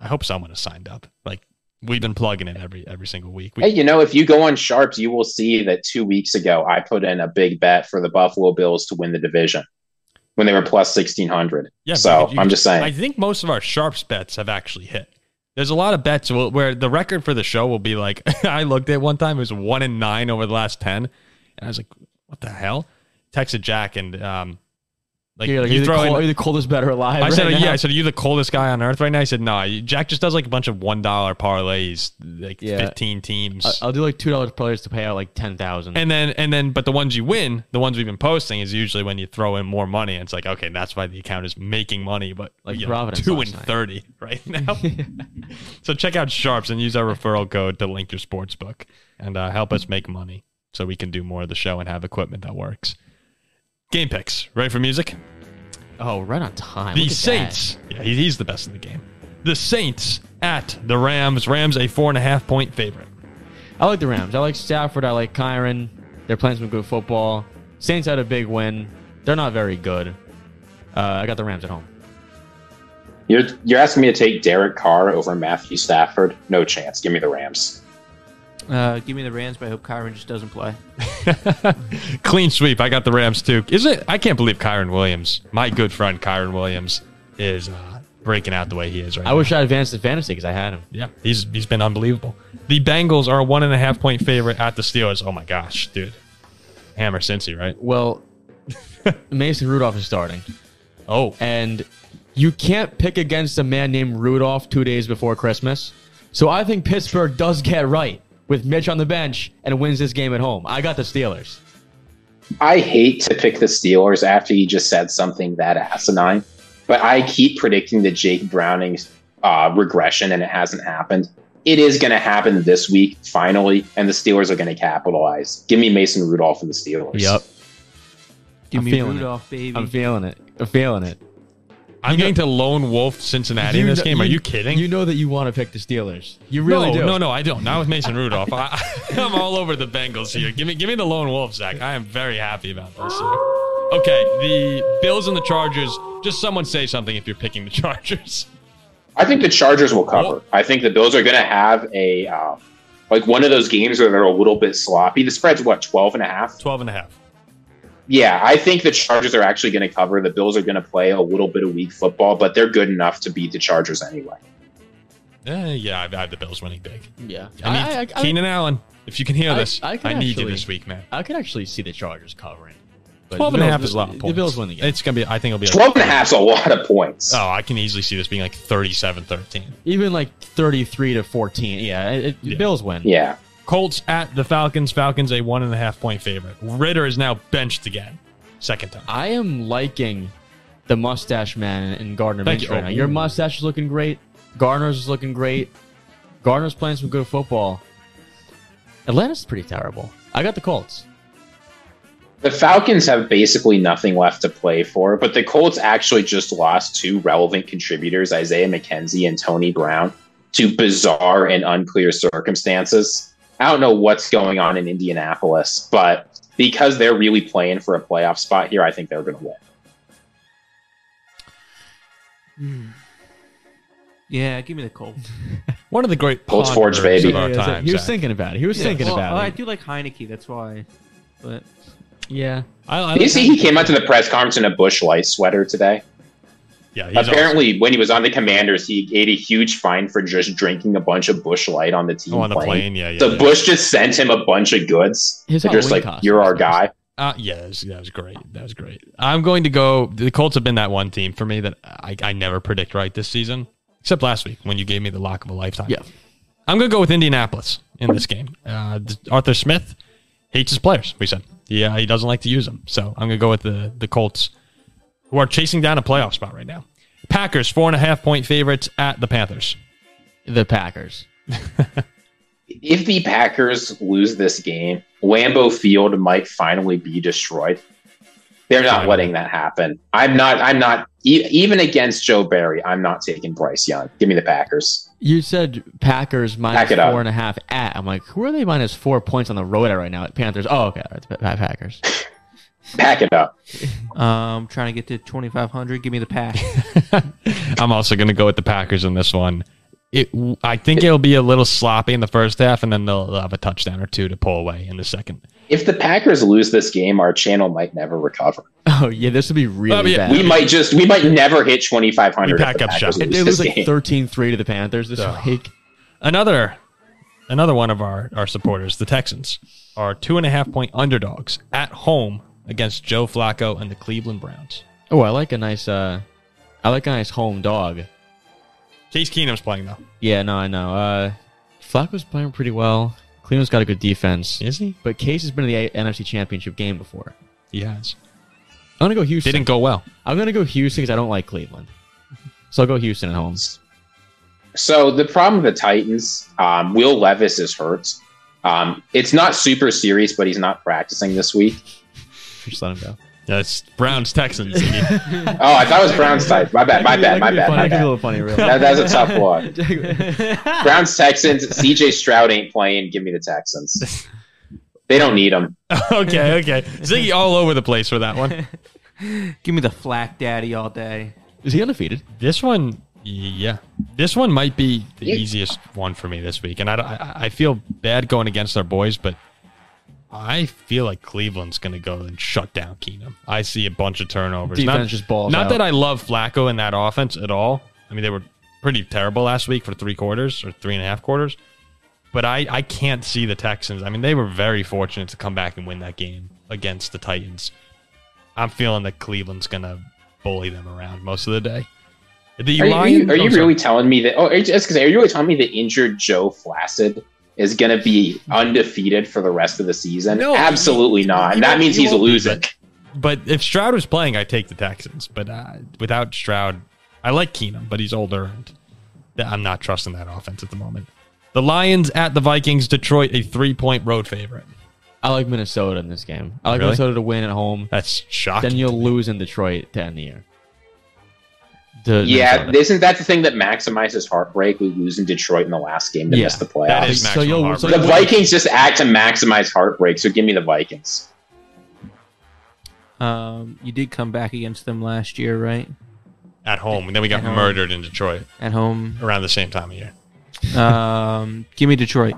I hope someone has signed up. Like we've been plugging it every every single week. We, Hey, you know, if you go on Sharps, you will see that two weeks ago I put in a big bet for the Buffalo Bills to win the division when they were plus sixteen hundred. Yeah, so but you- I'm just I saying. think most of our sharps bets have actually hit. There's a lot of bets will- where the record for the show will be like [laughs] I looked at one time it was one and nine over the last ten, and I was like, what the hell? Texted Jack and um, like, You're, like, you you're, throw the in- cold, you're the coldest better alive. I right said, now. yeah. I said, are you the coldest guy on earth right now? He said, no. Nah. Jack just does like a bunch of one dollar parlays, like Yeah. fifteen teams. I- I'll do like two dollars players to pay out like ten thousand. and then, and then, but the ones you win, the ones we've been posting, is usually when you throw in more money. And it's like, okay, that's why the account is making money, but Like you Providence two last and night. thirty [laughs] [laughs] right now. So check out Sharps and use our referral code to link your sports book and uh, help us make money so we can do more of the show and have equipment that works. Game picks. Ready for music? oh, right on time. The Look at that. Saints. Yeah, he- he's the best in the game. The Saints at the Rams. Rams a four and a half point favorite. I like the Rams. I like Stafford. I like Kyron. They're playing some good football. Saints had a big win. They're not very good. Uh, I got the Rams at home. You're you're asking me to take Derek Carr over Matthew Stafford? No chance. Give me the Rams. Uh, give me the Rams, but I hope Kyron just doesn't play. [laughs] Clean sweep. I got the Rams too. Is it? I can't believe Kyron Williams, my good friend Kyron Williams, is uh, breaking out the way he is right I now. wish I advanced in fantasy because I had him. Yeah, he's he's been unbelievable. The Bengals are a one and a half point favorite at the Steelers. Oh my gosh, dude. Hammer Cincy, right? Well, [laughs] Mason Rudolph is starting, Oh, and you can't pick against a man named Rudolph two days before Christmas. So I think Pittsburgh does get right with Mitch on the bench and wins this game at home. I got the Steelers. I hate to pick the Steelers after you just said something that asinine, but I keep predicting the Jake Browning uh, regression, and it hasn't happened. It is going to happen this week, finally, and the Steelers are going to capitalize. Give me Mason Rudolph and the Steelers. Give I'm me feeling it. Rudolph, baby. I'm feeling it. I'm feeling it. I'm getting to lone wolf Cincinnati in this kn- game. Are you kidding? You know that you want to pick the Steelers. You really no, do. no, no, I don't. Not with Mason Rudolph. I, [laughs] I'm all over the Bengals here. Give me, give me the lone wolf, Zach. I am very happy about this. here. Okay, the Bills and the Chargers. Just someone say something if you're picking the [laughs] Chargers. I think the Chargers will cover. I think the Bills are going to have a um, like one of those games where they're a little bit sloppy. The spread's what 12 and a half. 12 and a half. Yeah, I think the Chargers are actually going to cover. The Bills are going to play a little bit of weak football, but they're good enough to beat the Chargers anyway. Eh, yeah, I I have the Bills winning big. Yeah. I need I, I, Keenan Allen. If you can hear I- this, I, I can need you actually- this week, man. I, I could actually see the Chargers covering. But 12 the and a Bills- half is a lot of the- points. The Bills win the game. It's going to be, I think it'll be 12 and a half's a lot of points. Oh, I can easily see this being like 37 13. Even like 33 to 14. Yeah. It, it- Yeah. Bills win. Yeah. Colts at the Falcons. Falcons a one and a half point favorite. Ritter is now benched again. Second time. I am liking the mustache man and Gardner Thank Minshew you. right now. Your mustache is looking great. Gardner's is looking great. Gardner's playing some good football. Atlanta's pretty terrible. I got the Colts. The Falcons have basically nothing left to play for, but the Colts actually just lost two relevant contributors, Isaiah McKenzie and Tony Brown, to bizarre and unclear circumstances. I don't know what's going on in Indianapolis, but because they're really playing for a playoff spot here, I think they're going to win. Mm. Yeah, give me the Colt. One of the great Colts Forge, ponderers baby. of our Yeah, that's it. time. he was Zach. thinking about it. He was thinking Well, oh, about I it. do like Heineke. That's why. But Yeah. I, I Did you like see how- he came out to the press conference in a Bush Light sweater today? Yeah, he's Apparently, when he was on the Commanders, he ate a huge fine for just drinking a bunch of Bush Light on the team awesome. Oh, on the plane. plane. Yeah, yeah. So yeah. Bush just sent him a bunch of goods. His They're just Halloween like, costume you're was our nice. guy. Uh, yeah, that was, that was great. That was great. I'm going to go. The Colts have been that one team for me that I, I never predict right this season, except last week when you gave me the lock of a lifetime. Yeah. I'm going to go with Indianapolis in this game. Uh, th- Arthur Smith hates his players, we said. Yeah, he doesn't like to use them. So I'm going to go with the, the Colts, who are chasing down a playoff spot right now. Packers, four and a half point favorites at the Panthers. The Packers. If the Packers lose this game, Lambeau Field might finally be destroyed. They're not Finally. letting that happen. I'm not. I'm not. E- even against Joe Barry, I'm not taking Bryce Young. Give me the Packers. You said Packers minus Pack it up. four and a half at. I'm like, who are they minus four points on the road at right now? At Panthers. Oh, okay. All right. the Pa- Packers. [laughs] Pack it up. um, trying to get to 2,500. Give me the pack. [laughs] [laughs] [laughs] I'm also going to go with the Packers in this one. It, I think it'll be a little sloppy in the first half, and then they'll they'll have a touchdown or two to pull away in the second. If the Packers lose this game, our channel might never recover. Oh, yeah. This would be really Oh, yeah. bad. We might just. We might never hit We 2,500. pack if the up Packers shop. lose They this lose like game. 13 3 to the Panthers this Ugh. week. Another, another one of our our supporters, the Texans, are two and a half point underdogs at home against Joe Flacco and the Cleveland Browns. Oh, I like a nice, uh, I like a nice home dog. Case Keenum's playing though, Yeah, no, I know. Uh, Flacco's playing pretty well. Cleveland's got a good defense. is he? But Case has been in the A- NFC Championship game before. He has. I'm gonna go Houston. Didn't go well. I'm gonna go Houston because I don't like Cleveland, so I'll go Houston at home. So the problem with the Titans, um, Will Levis is hurt. Um, it's not super serious, but he's not practicing [laughs] this week. Just let him go. That's Browns Texans. Oh, I thought it was Browns Titans. My bad, my bad, my bad, my bad. That, that was a [laughs] tough one. Browns Texans. CJ Stroud ain't playing. Give me [laughs] the Texans. They don't need him. [laughs] okay, okay. Ziggy all over the place for that one. [laughs] give me the flack daddy all day. Is he undefeated? This one, yeah. This one might be the Yeah. easiest one for me this week, and I, I, I feel bad going against our boys, but I feel like Cleveland's going to go and shut down Keenum. I see a bunch of turnovers. Defense not just balls not out. that I love Flacco in that offense at all. I mean, they were pretty terrible last week for three quarters or three and a half quarters. But I, I can't see the Texans. I mean, they were very fortunate to come back and win that game against the Titans. I'm feeling that Cleveland's going to bully them around most of the day. The Are you, are Lions- you, are oh, you sorry. really telling me that? Oh, are you, just gonna say, are you really telling me that injured Joe Flacid is going to be undefeated for the rest of the season? No, Absolutely he- not. he that won't- means he he's won't be, losing. But if Stroud was playing, I take the Texans. But uh, without Stroud, I like Keenum, but he's older, and th- I'm not trusting that offense at the moment. The Lions at the Vikings, Detroit, a three-point road favorite. I like Minnesota in this game. I like Really? Minnesota to win at home. That's shocking. Then you'll lose in Detroit to end the year. To Yeah, Minnesota. isn't that the thing that maximizes heartbreak? We lose in Detroit in the last game to Yeah, miss the that playoffs. is So maximum you'll- heartbreak. so the Vikings just act to maximize heartbreak, so give me the Vikings. Um, you did come back against them last year, right? at home, and then we got At home. murdered in Detroit At home. around the same time of year. Um, give me Detroit.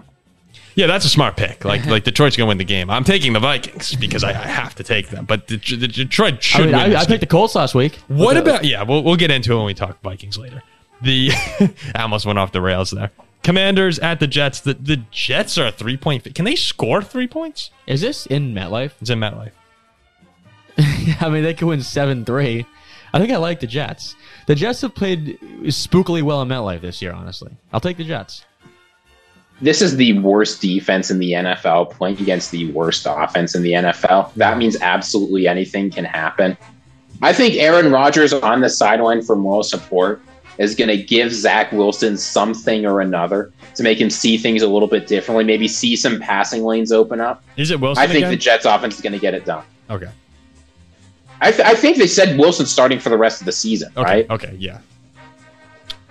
Yeah, that's a smart pick. [laughs] Like like Detroit's gonna win the game. I'm taking the Vikings because I, I have to take them. But the, the Detroit should I, mean, win. I, this I game. picked the Colts last week. What about yeah? We'll we'll get into it when we talk Vikings later. The [laughs] I almost went off the rails there. Commanders at the Jets. The the Jets are a three point. Can they score three points? Is this in MetLife? [laughs] It's in MetLife. I mean, they could win 7 3. I think I like the Jets. The Jets have played spookily well in MetLife this year, honestly. I'll take the Jets. This is the worst defense in the NFL playing against the worst offense in the NFL. That means absolutely anything can happen. I think Aaron Rodgers on the sideline for moral support is going to give Zach Wilson something or another to make him see things a little bit differently, maybe see some passing lanes open up. Is it Wilson? I think again? the Jets offense is going to get it done. okay. I, th- I think they said Wilson starting for the rest of the season, Okay. right? Okay. Yeah.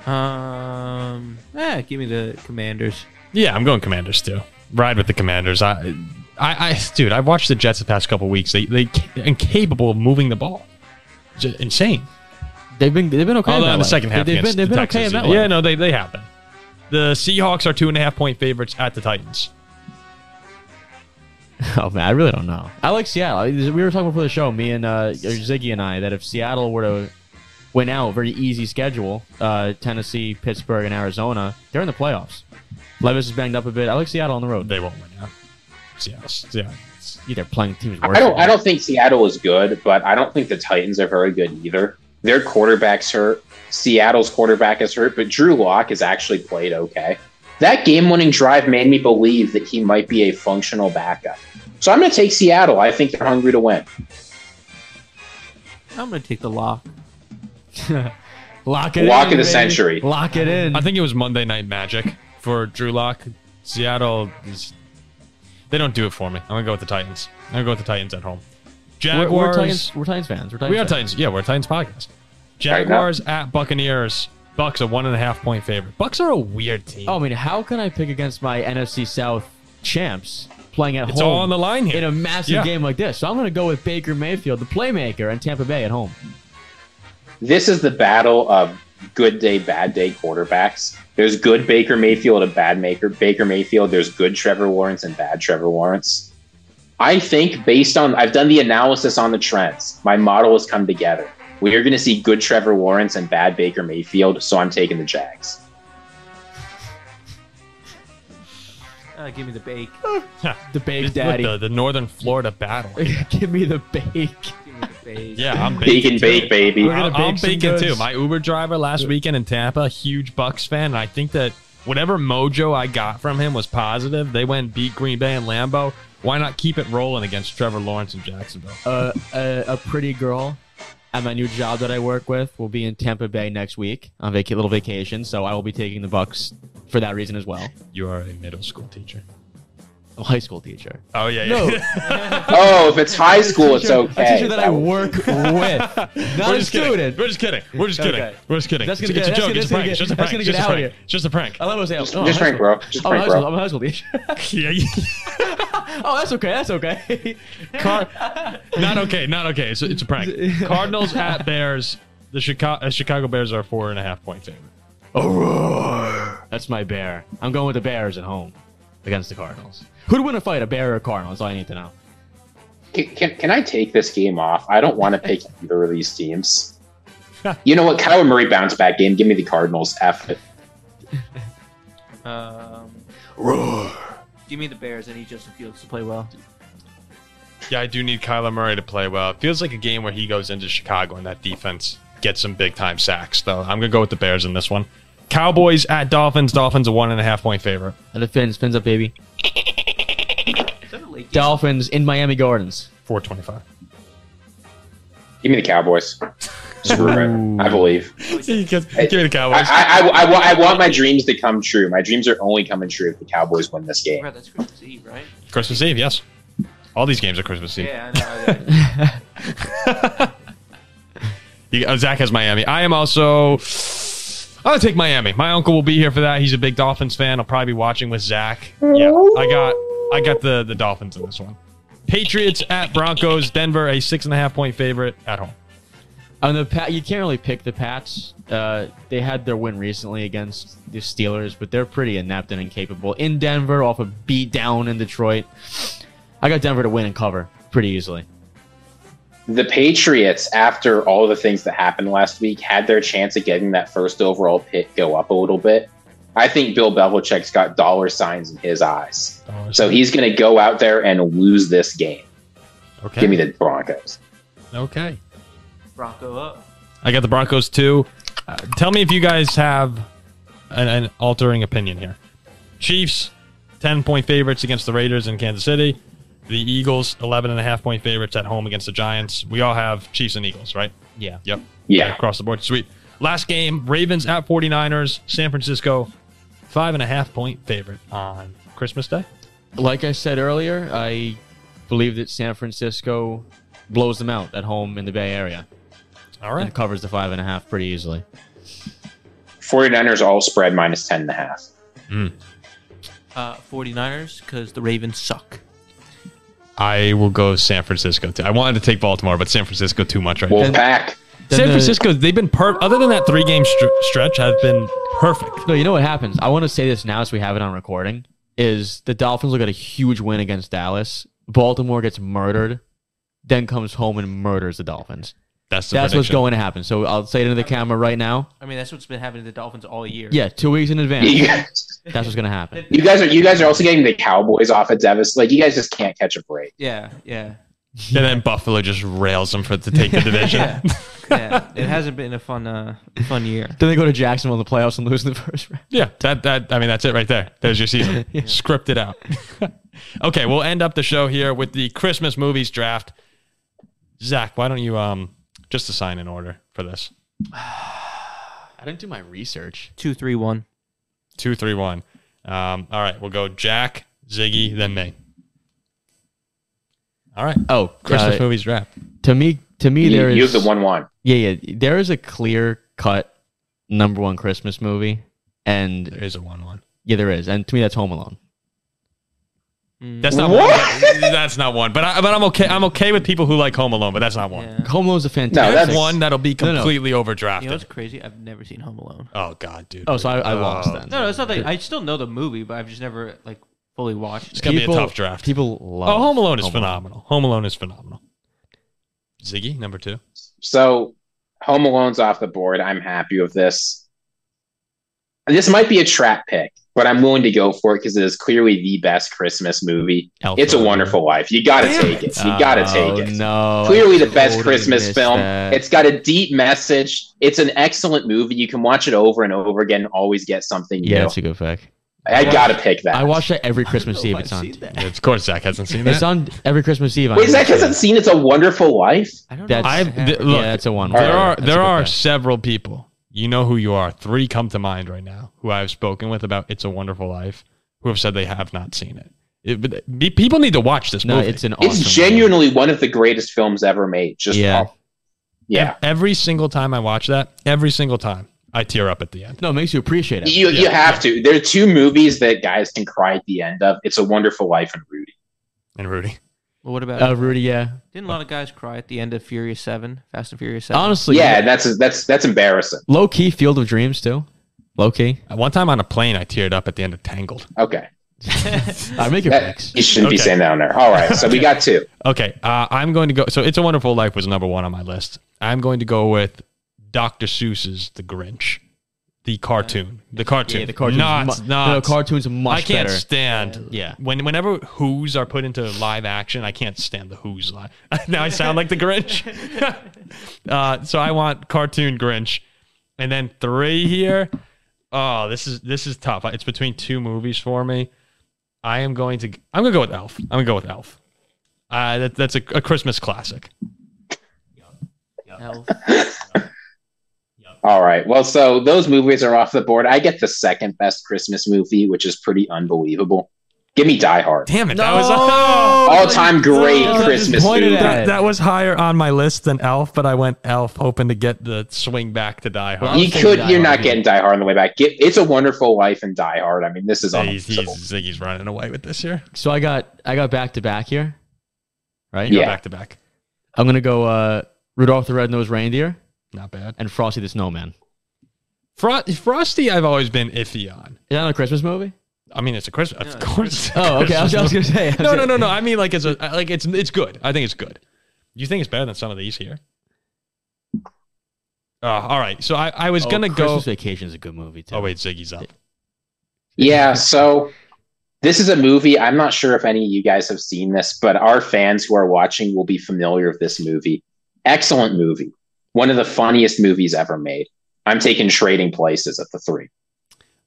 Um, eh, give me the Commanders. Yeah. I'm going Commanders too. Ride with the Commanders. I. I, I dude, I've watched the Jets the past couple weeks. They they ca- incapable of moving the ball. It's insane. They've been they've been okay. Although in in the MetLife. second half, they've against been, they've the been okay. In Texans, that yeah, no, they they have been. The Seahawks are two and a half point favorites at the Titans. Oh man, I really don't know. I like Seattle. I- We were talking before the show, me and uh, Ziggy and I, that if Seattle were to win out, very easy schedule, uh, Tennessee, Pittsburgh, and Arizona, they're in the playoffs. Levis is banged up a bit. I like Seattle on the road. They won't win out. Seattle, Seattle. Yeah, they're playing teams worse. I don't. I don't think Seattle is good, but I don't think the Titans are very good either. Their quarterback's hurt. Seattle's quarterback is hurt, but Drew Lock has actually played okay. That game-winning drive made me believe that he might be a functional backup. So I'm going to take Seattle. I think they're hungry to win. I'm gonna take the lock. Lock Lock it in, of the baby. century. Lock it in. I think it was Monday Night Magic for Drew Lock. Seattle is. They don't do it for me. I'm gonna go with the Titans. I'm gonna go with the Titans at home. we're, Jaguars. we're Titans, we're Titans fans. We're Titans We are fans. Titans. Yeah, we're a Titans podcast. Right now. Jaguars at Buccaneers. Bucks a one and a half point favorite. Bucks are a weird team. Oh, I mean, how can I pick against my NFC South champs playing at it's home all on the line here. in a massive Yeah. game like this? So I'm going to go with Baker Mayfield, the playmaker, and Tampa Bay at home. This is the battle of good day, bad day quarterbacks. There's good Baker Mayfield and bad Maker Baker Mayfield. There's good Trevor Lawrence and bad Trevor Lawrence. I think based on I've done the analysis on the trends, my model has come together. We are going to see good Trevor Lawrence and bad Baker Mayfield, so I'm taking the Jags. Uh, give me the bake. [laughs] The Bake It's Daddy. like the, the Northern Florida battle. [laughs] Give me the bake. Give me the bake. Yeah, I'm Bake baking and too. bake, baby. We're I'm, gonna I'm bake some baking too. goods. My Uber driver last weekend in Tampa, huge Bucks fan, and I think that whatever mojo I got from him was positive. They went and beat Green Bay and Lambeau. Why not keep it rolling against Trevor Lawrence and Jacksonville? Uh, a, a pretty girl at my new job that I work with will be in Tampa Bay next week on vac- little vacation, so I will be taking the Bucks for that reason as well. You are a middle school teacher. A high school teacher. Oh yeah, [laughs] No. yeah. [laughs] Oh, if it's high school, it's Teacher- A okay. teacher that [laughs] I work with, not We're a just kidding. student. We're just kidding. We're just kidding. Okay. We're just kidding. That's it's, gonna it's get- a joke. that's It's a gonna- prank. It's just a that's prank. gonna It's just get a out prank. here. Uh, It's just a prank. I love what I say. Just, just drink, bro. Just oh, drink, high school. bro. I'm a high school teacher. [laughs] [laughs] Yeah, yeah. oh, that's okay. That's okay. [laughs] Car- not okay. Not okay. It's, it's a prank. Cardinals at Bears. The Chicago, uh, Chicago Bears are a four and a half point favorite. That's my bear. I'm going with the Bears at home against the Cardinals. Who'd win a fight, a bear or a Cardinal? That's all I need to know. Can, can, can I take this game off? I don't want to [laughs] pick either of these teams. You know what? Kyler Murray bounce back game. Give me the Cardinals. F it. Um, Give me the Bears. I need Justin Fields to play well. Yeah, I do need Kyler Murray to play well. It feels like a game where he goes into Chicago and that defense gets some big time sacks, though. I'm gonna go with the Bears in this one. Cowboys at Dolphins. Dolphins a one and a half point favorite. And the Finns, Finns up, baby. Is that a late game? Dolphins in Miami Gardens. Four twenty five. Give me the Cowboys. Screw it. I believe. [laughs] Give me the Cowboys. I, I, I, I, wa- I want my dreams to come true. My dreams are only coming true if the Cowboys win this game. Bro, that's Christmas Eve, right? Christmas Eve, yes. All these games are Christmas Eve. Yeah, I [laughs] know. You- uh, Zach has Miami. I am also. I'll take Miami. My uncle will be here for that. He's a big Dolphins fan. I'll probably be watching with Zach. Yeah, I got, I got the the Dolphins in this one. Patriots at Broncos. Denver, a six and a half point favorite at home. On Oh, the Pat, you can't really pick the Pats. Uh, they had their win recently against the Steelers, but they're pretty inept and incapable in Denver off a beat down in Detroit. I got Denver to win and cover pretty easily. The Patriots, after all the things that happened last week, had their chance at getting that first overall pick go up a little bit. I think Bill Belichick's got dollar signs in his eyes. Oh, So he's going to go out there and lose this game. okay. Give me the Broncos. okay. Bronco up. I got the Broncos too. Uh, tell me if you guys have an, an altering opinion here. Chiefs, 10 point favorites against the Raiders in Kansas City. The Eagles, 11 and a half point favorites at home against the Giants. We all have Chiefs and Eagles, right? Yeah. Yep. Yeah. Across the board. Sweet. Last game Ravens at 49ers, San Francisco, five and a half point favorite on Christmas Day. Like I said earlier, I believe that San Francisco blows them out at home in the Bay Area All and covers the five and a half pretty easily. 49ers all spread minus 10.5. Uh, 49ers, because the Ravens suck. I will go San Francisco too. I wanted to take Baltimore, but San Francisco too much right now. Wolfpack. then San the- Francisco, they've been per other than that three game str- stretch, have been perfect. No, you know what happens? I want to say this now as we have it on recording is the Dolphins will get a huge win against Dallas. Baltimore gets murdered, then comes home and murders the Dolphins. That's the That's what's prediction. going to happen. So I'll say it into the camera right now. I mean, that's what's been happening to the Dolphins all year. Yeah, two weeks in You advance. guys, That's what's going to happen. you guys are you guys are also getting the Cowboys off of Devis. Like you guys just can't catch a break. Yeah, yeah, And then Buffalo just rails them for to take the division. yeah. [laughs] yeah. It hasn't been a fun, uh, fun year. Then they go to Jacksonville in the playoffs and lose in the [laughs] first round. [laughs] Yeah, that that I mean that's it right there. There's your season. Scripted out. [laughs] okay, we'll end up the show here with the Christmas movies draft. Zach, why don't you um just assign an order for this? I didn't do my research. Two, three, one. Two, three, one. Um, all right, we'll go Jack, Ziggy, then me. All right, Oh, Christmas uh, movies draft. to me, to me, You, there is you have the one one. Yeah, yeah. There is a clear cut number one Christmas movie, and There is a one-one. yeah, there is. And to me, that's Home Alone. Mm. That's not one. That's not one. But I, but I'm okay. I'm okay with people who like Home Alone, but that's not one. [laughs] Yeah. Home Alone's a No, fantastic. That's that's one that'll be No, no. completely overdrafted. You know what's crazy? I've never seen Home Alone. oh God, dude. oh, so I, I Oh. lost then. No, no, it's not that I still know the movie, but I've just never like fully watched. It's it. gonna be a tough draft. People love. Oh, Home Alone is Home Alone. phenomenal. Home Alone is phenomenal. Ziggy, number two. So Home Alone's off the board. I'm happy with this. This might be a trap pick, but I'm willing to go for it because it is clearly the best Christmas movie. Elf It's a Alone. Wonderful Life. You gotta Damn take it. it. You gotta Oh, take it. No, Clearly, I the best totally Christmas missed film. that. It's got a deep message. It's an excellent movie. You can watch it over and over again and always get something new. yeah, it's a good pick. I, gotta pick that. I watch that every I Christmas don't know Eve. if It's I've on. seen that. Of course, Zach hasn't seen It's that. on every Christmas Eve. on Wait, Zach YouTube. hasn't seen It's a Wonderful Life? I don't know. That's- if I I've have th- it. look. Yeah, that's a one. there are That's a there good are pick. several people. You know who you are. Three come to mind right now who I've spoken with about It's a Wonderful Life, who have said they have not seen it. It- but be- people need to watch this No, movie. it's an. awesome It's genuinely one of the greatest films ever made. Just Yeah. all- yeah. Every single time I watch that, every single time I tear up at the end. Movie. No, it makes you appreciate it. You, you have to. There are two movies that guys can cry at the end of. It's a Wonderful Life and Rudy. And Rudy, Well, what about? Uh, Rudy, yeah. Didn't a lot of guys cry at the end of Furious Seven, Fast and Furious Seven? Honestly, yeah, that's that's that's embarrassing. Low key, Field of Dreams too. [laughs] Low key. Uh, one time on a plane, I teared up at the end of Tangled. Okay, I make your that, picks. you shouldn't be Okay. saying that on there. All right, [laughs] so we got two. Okay, uh, I'm going to go. So, It's a Wonderful Life was number one on my list. I'm going to go with Dr. Seuss's The Grinch, the cartoon, the cartoon, Yeah, the cartoons. Not, mu- not. no, cartoons much I can't better. stand. Yeah. When whenever Who's are put into live action, I can't stand the Who's live. [laughs] now I sound like the Grinch. [laughs] uh, so I want cartoon Grinch, and then three here. Oh, this is this is tough. It's between two movies for me. I am going to. I'm gonna go with Elf. I'm gonna go with Elf. Uh, that, that's a, a Christmas classic. Elf. All right. Well, so those movies are off the board. I get the second best Christmas movie, which is pretty unbelievable. Give me Die Hard. Damn it! That No! was [laughs] All time great no, Christmas disappointed movie. at- that, that was higher on my list than Elf, but I went Elf hoping to get the swing back to Die Hard. I was You thinking could. Die You're not Hard, yeah. getting Die Hard on the way back. Get, it's a Wonderful Life and Die Hard. I mean, this is Yeah, on. he's, he's, Ziggy's running away with this here. So I got I got back to back here. Right? You go Yeah. back to back. I'm gonna go uh, Rudolph the Red-Nosed Reindeer Not bad. and Frosty the Snowman. Fro- Frosty, I've always been iffy on. Is that a Christmas [laughs] movie? I mean, it's a Christmas. Yeah, of course. [laughs] it's a Oh, okay. I was, I [laughs] was Christmas gonna say. I was movie. No, gonna- no, no, no. I mean, like it's a like it's it's good. I think it's good. You think it's better than some of these here? Uh, all right. So I, I was Oh, gonna Christmas go. Vacation is a good movie too. Oh wait, Ziggy's up. Yeah, so this is a movie. I'm not sure if any of you guys have seen this, but our fans who are watching will be familiar with this movie. Excellent movie. One of the funniest movies ever made. I'm taking Trading Places at the three.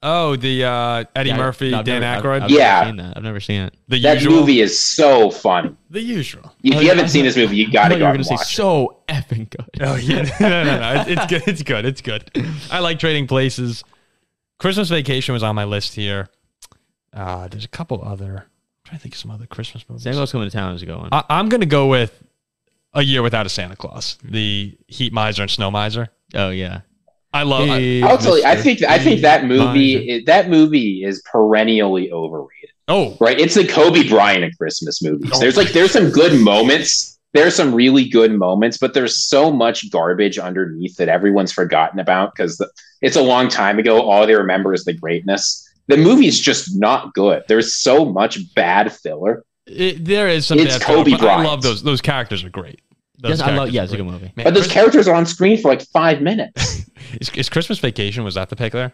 Oh, the uh, Eddie Yeah, I- Murphy, no, I've Dan never- Aykroyd, I've, I've Yeah. never seen that. I've never seen it. the That usual, movie is so funny. the usual. If Oh, you yeah. haven't seen this movie, you got I to go thought you were out gonna and say watch. it. so effing good. Oh yeah, [laughs] no, no, no. [laughs] It's, it's good. It's good. It's good. I like trading places. Christmas Vacation was on my list here. Uh, there's a couple other. I'm trying to think of some other Christmas movies. Santa Claus coming to town is a good one. I, I'm gonna go with A Year Without a Santa Claus, the Heat Miser and Snow Miser. oh yeah. I love. I- I'll tell you, I think I think that Miser. movie is, that movie is perennially overrated. oh, Right? It's the Kobe Bryant and Christmas movies. There's like there's some good moments, there's some really good moments, but there's so much garbage underneath that everyone's forgotten about because it's a long time ago. All they remember is the greatness. The movie's just not good. There's so much bad filler. It, there is some. It's bad film, Kobe but I Bryant. love those. Those characters are great. Those Yes, I love. characters Yeah, are it's a great. good movie. Man, But those Christmas- characters are on screen for like five minutes. is, is Christmas Vacation was that the pick there?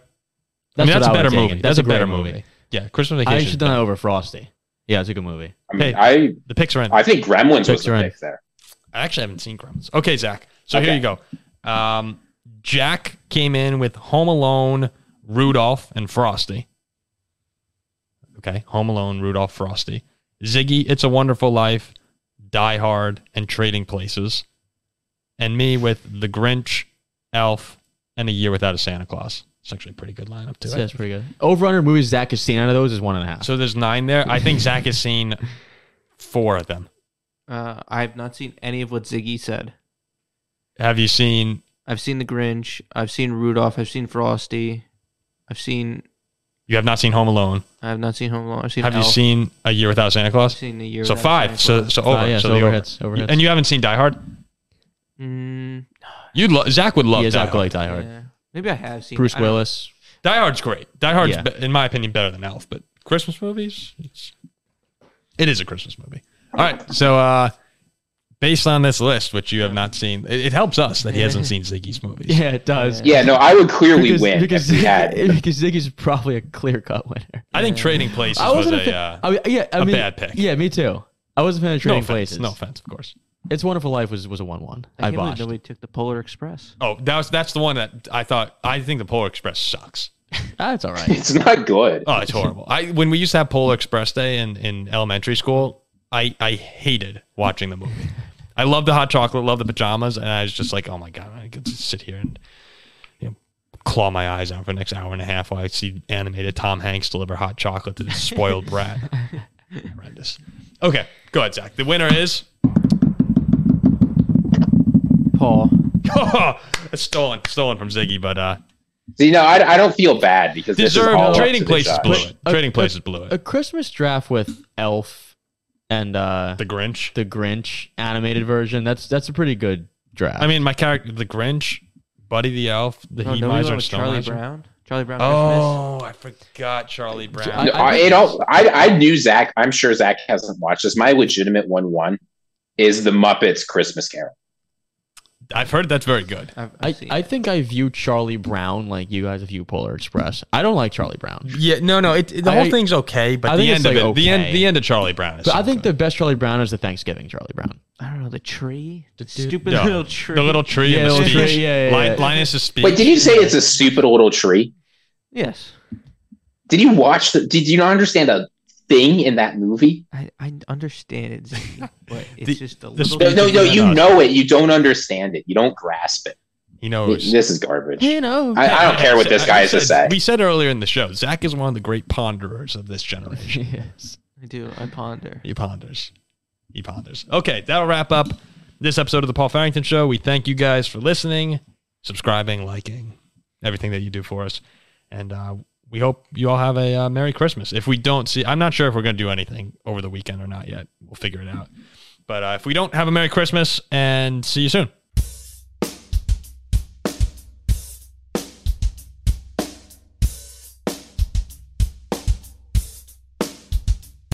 I mean, that's a what would better take it. movie. That's a great better movie. Yeah, Christmas I Vacation. should have done that over Frosty. Yeah, it's a good movie. I mean, Hey. I the picks are in. I, I think Gremlins was Picks the are in. pick there. actually haven't seen Gremlins. Okay, Zach. So here Okay. you go. Um, Jack came in with Home Alone, Rudolph, and Frosty. Okay, Home Alone, Rudolph, Frosty. Ziggy, It's a Wonderful Life, Die Hard, and Trading Places. And me with The Grinch, Elf, and A Year Without a Santa Claus. It's actually a pretty good lineup, too. So that's pretty good. Over under movies Zach has seen out of those is one and a half. So there's nine there. I think Zach has seen four of them. Uh, I have not seen any of what Ziggy said. Have you seen? I've seen The Grinch. I've seen Rudolph. I've seen Frosty. I've seen. You have not seen Home Alone. I have not seen Home Alone. I've seen. Have you Elf. seen A Year Without Santa Claus? I've seen the year. So Without five. Santa So Class. so over. Ah, yeah, so so the over. overhits. Overhits. And you haven't seen Die Hard? Mm, You lo- Zach would love yeah, Die Zach Hard. would like Die Hard. yeah. Maybe I have seen. Bruce I don't- Willis. Die Hard's great. Die Hard's, Yeah. be- in my opinion, better than Elf. But Christmas movies, it's, it is a Christmas movie. All right. So uh, based on this list, which you have not seen, it, it helps us that he [laughs] hasn't seen Ziggy's movies. Yeah, it does. Yeah. Yeah, no, I would clearly win Because, if we [laughs] had. because Ziggy's probably a clear cut winner. I think Trading Places I was wasn't a a. fan. Uh, I mean, yeah, I a mean, bad pick. Yeah, me too. I wasn't a fan of no Trading offense. Places. No offense, of course. It's Wonderful Life was was a one one. I, I, can't believe botched. nobody took the Polar Express. Oh, that was that's the one that I thought. I think the Polar Express sucks. That's Ah, all right. It's not good. Oh, it's horrible. I when we used to have Polar Express Day in, in elementary school, I I hated watching the movie. I loved the hot chocolate, loved the pajamas, and I was just like, oh my god, I could just sit here and you know, claw my eyes out for the next hour and a half while I see animated Tom Hanks deliver hot chocolate to this spoiled [laughs] brat. Horrendous. Okay, go ahead, Zach. The winner is [laughs] Paul. it's stolen, stolen from Ziggy, but uh, See, no, I, I don't feel bad because this is all deserved. up Trading to the places judge. blew it. But- Trading uh, places blew a it. Christmas draft with Elf and uh, The Grinch. the Grinch animated version. That's that's a pretty good draft. I mean, my character, the Grinch, Buddy the Elf, the Oh, Oh, No, Heat Miser, nobody went and with Snow Charlie Miser. Brown. Charlie Brown. Christmas. Oh, I forgot Charlie Brown. No, I- I I, think it all, I, I knew Zach. I'm sure Zach hasn't watched this. My legitimate one one is the Muppets Christmas Carol. I've heard that's very good. I've, I've I, seen I it. think I view Charlie Brown like you guys view Polar Express. I don't like Charlie Brown. Yeah, no, no, it, the I- whole thing's okay, but I the think end it's of it, like the end, okay. the end of Charlie Brown is. But I so think good. the best Charlie Brown is the Thanksgiving Charlie Brown. I don't know the tree. The dude- stupid No. little tree. the little tree Yeah, and the little speech. tree, yeah, yeah, Lin- yeah. Linus's Mm. speech. Wait, did you say it's a stupid little tree? Yes. Did you watch the? Did you not understand a thing in that movie? I, I understand it, Ziggy, but [laughs] it's The- just a the little. No, speech no, is no. not You us. know it. You don't understand it. You don't grasp it. He Oh, knows. This is garbage. You know, [laughs] I, I don't [laughs] care what this guy has We to said- say. We said earlier in the show, Zach is one of the great ponderers of this generation. Yes. I do. I ponder. He ponders. He ponders. Okay, that'll wrap up this episode of the Paul Farrington Show. We thank you guys for listening, subscribing, liking, everything that you do for us. And uh, we hope you all have a uh, Merry Christmas. If we don't see, I'm not sure if we're going to do anything over the weekend or not yet. We'll figure it out. But uh, if we don't, have a Merry Christmas and see you soon.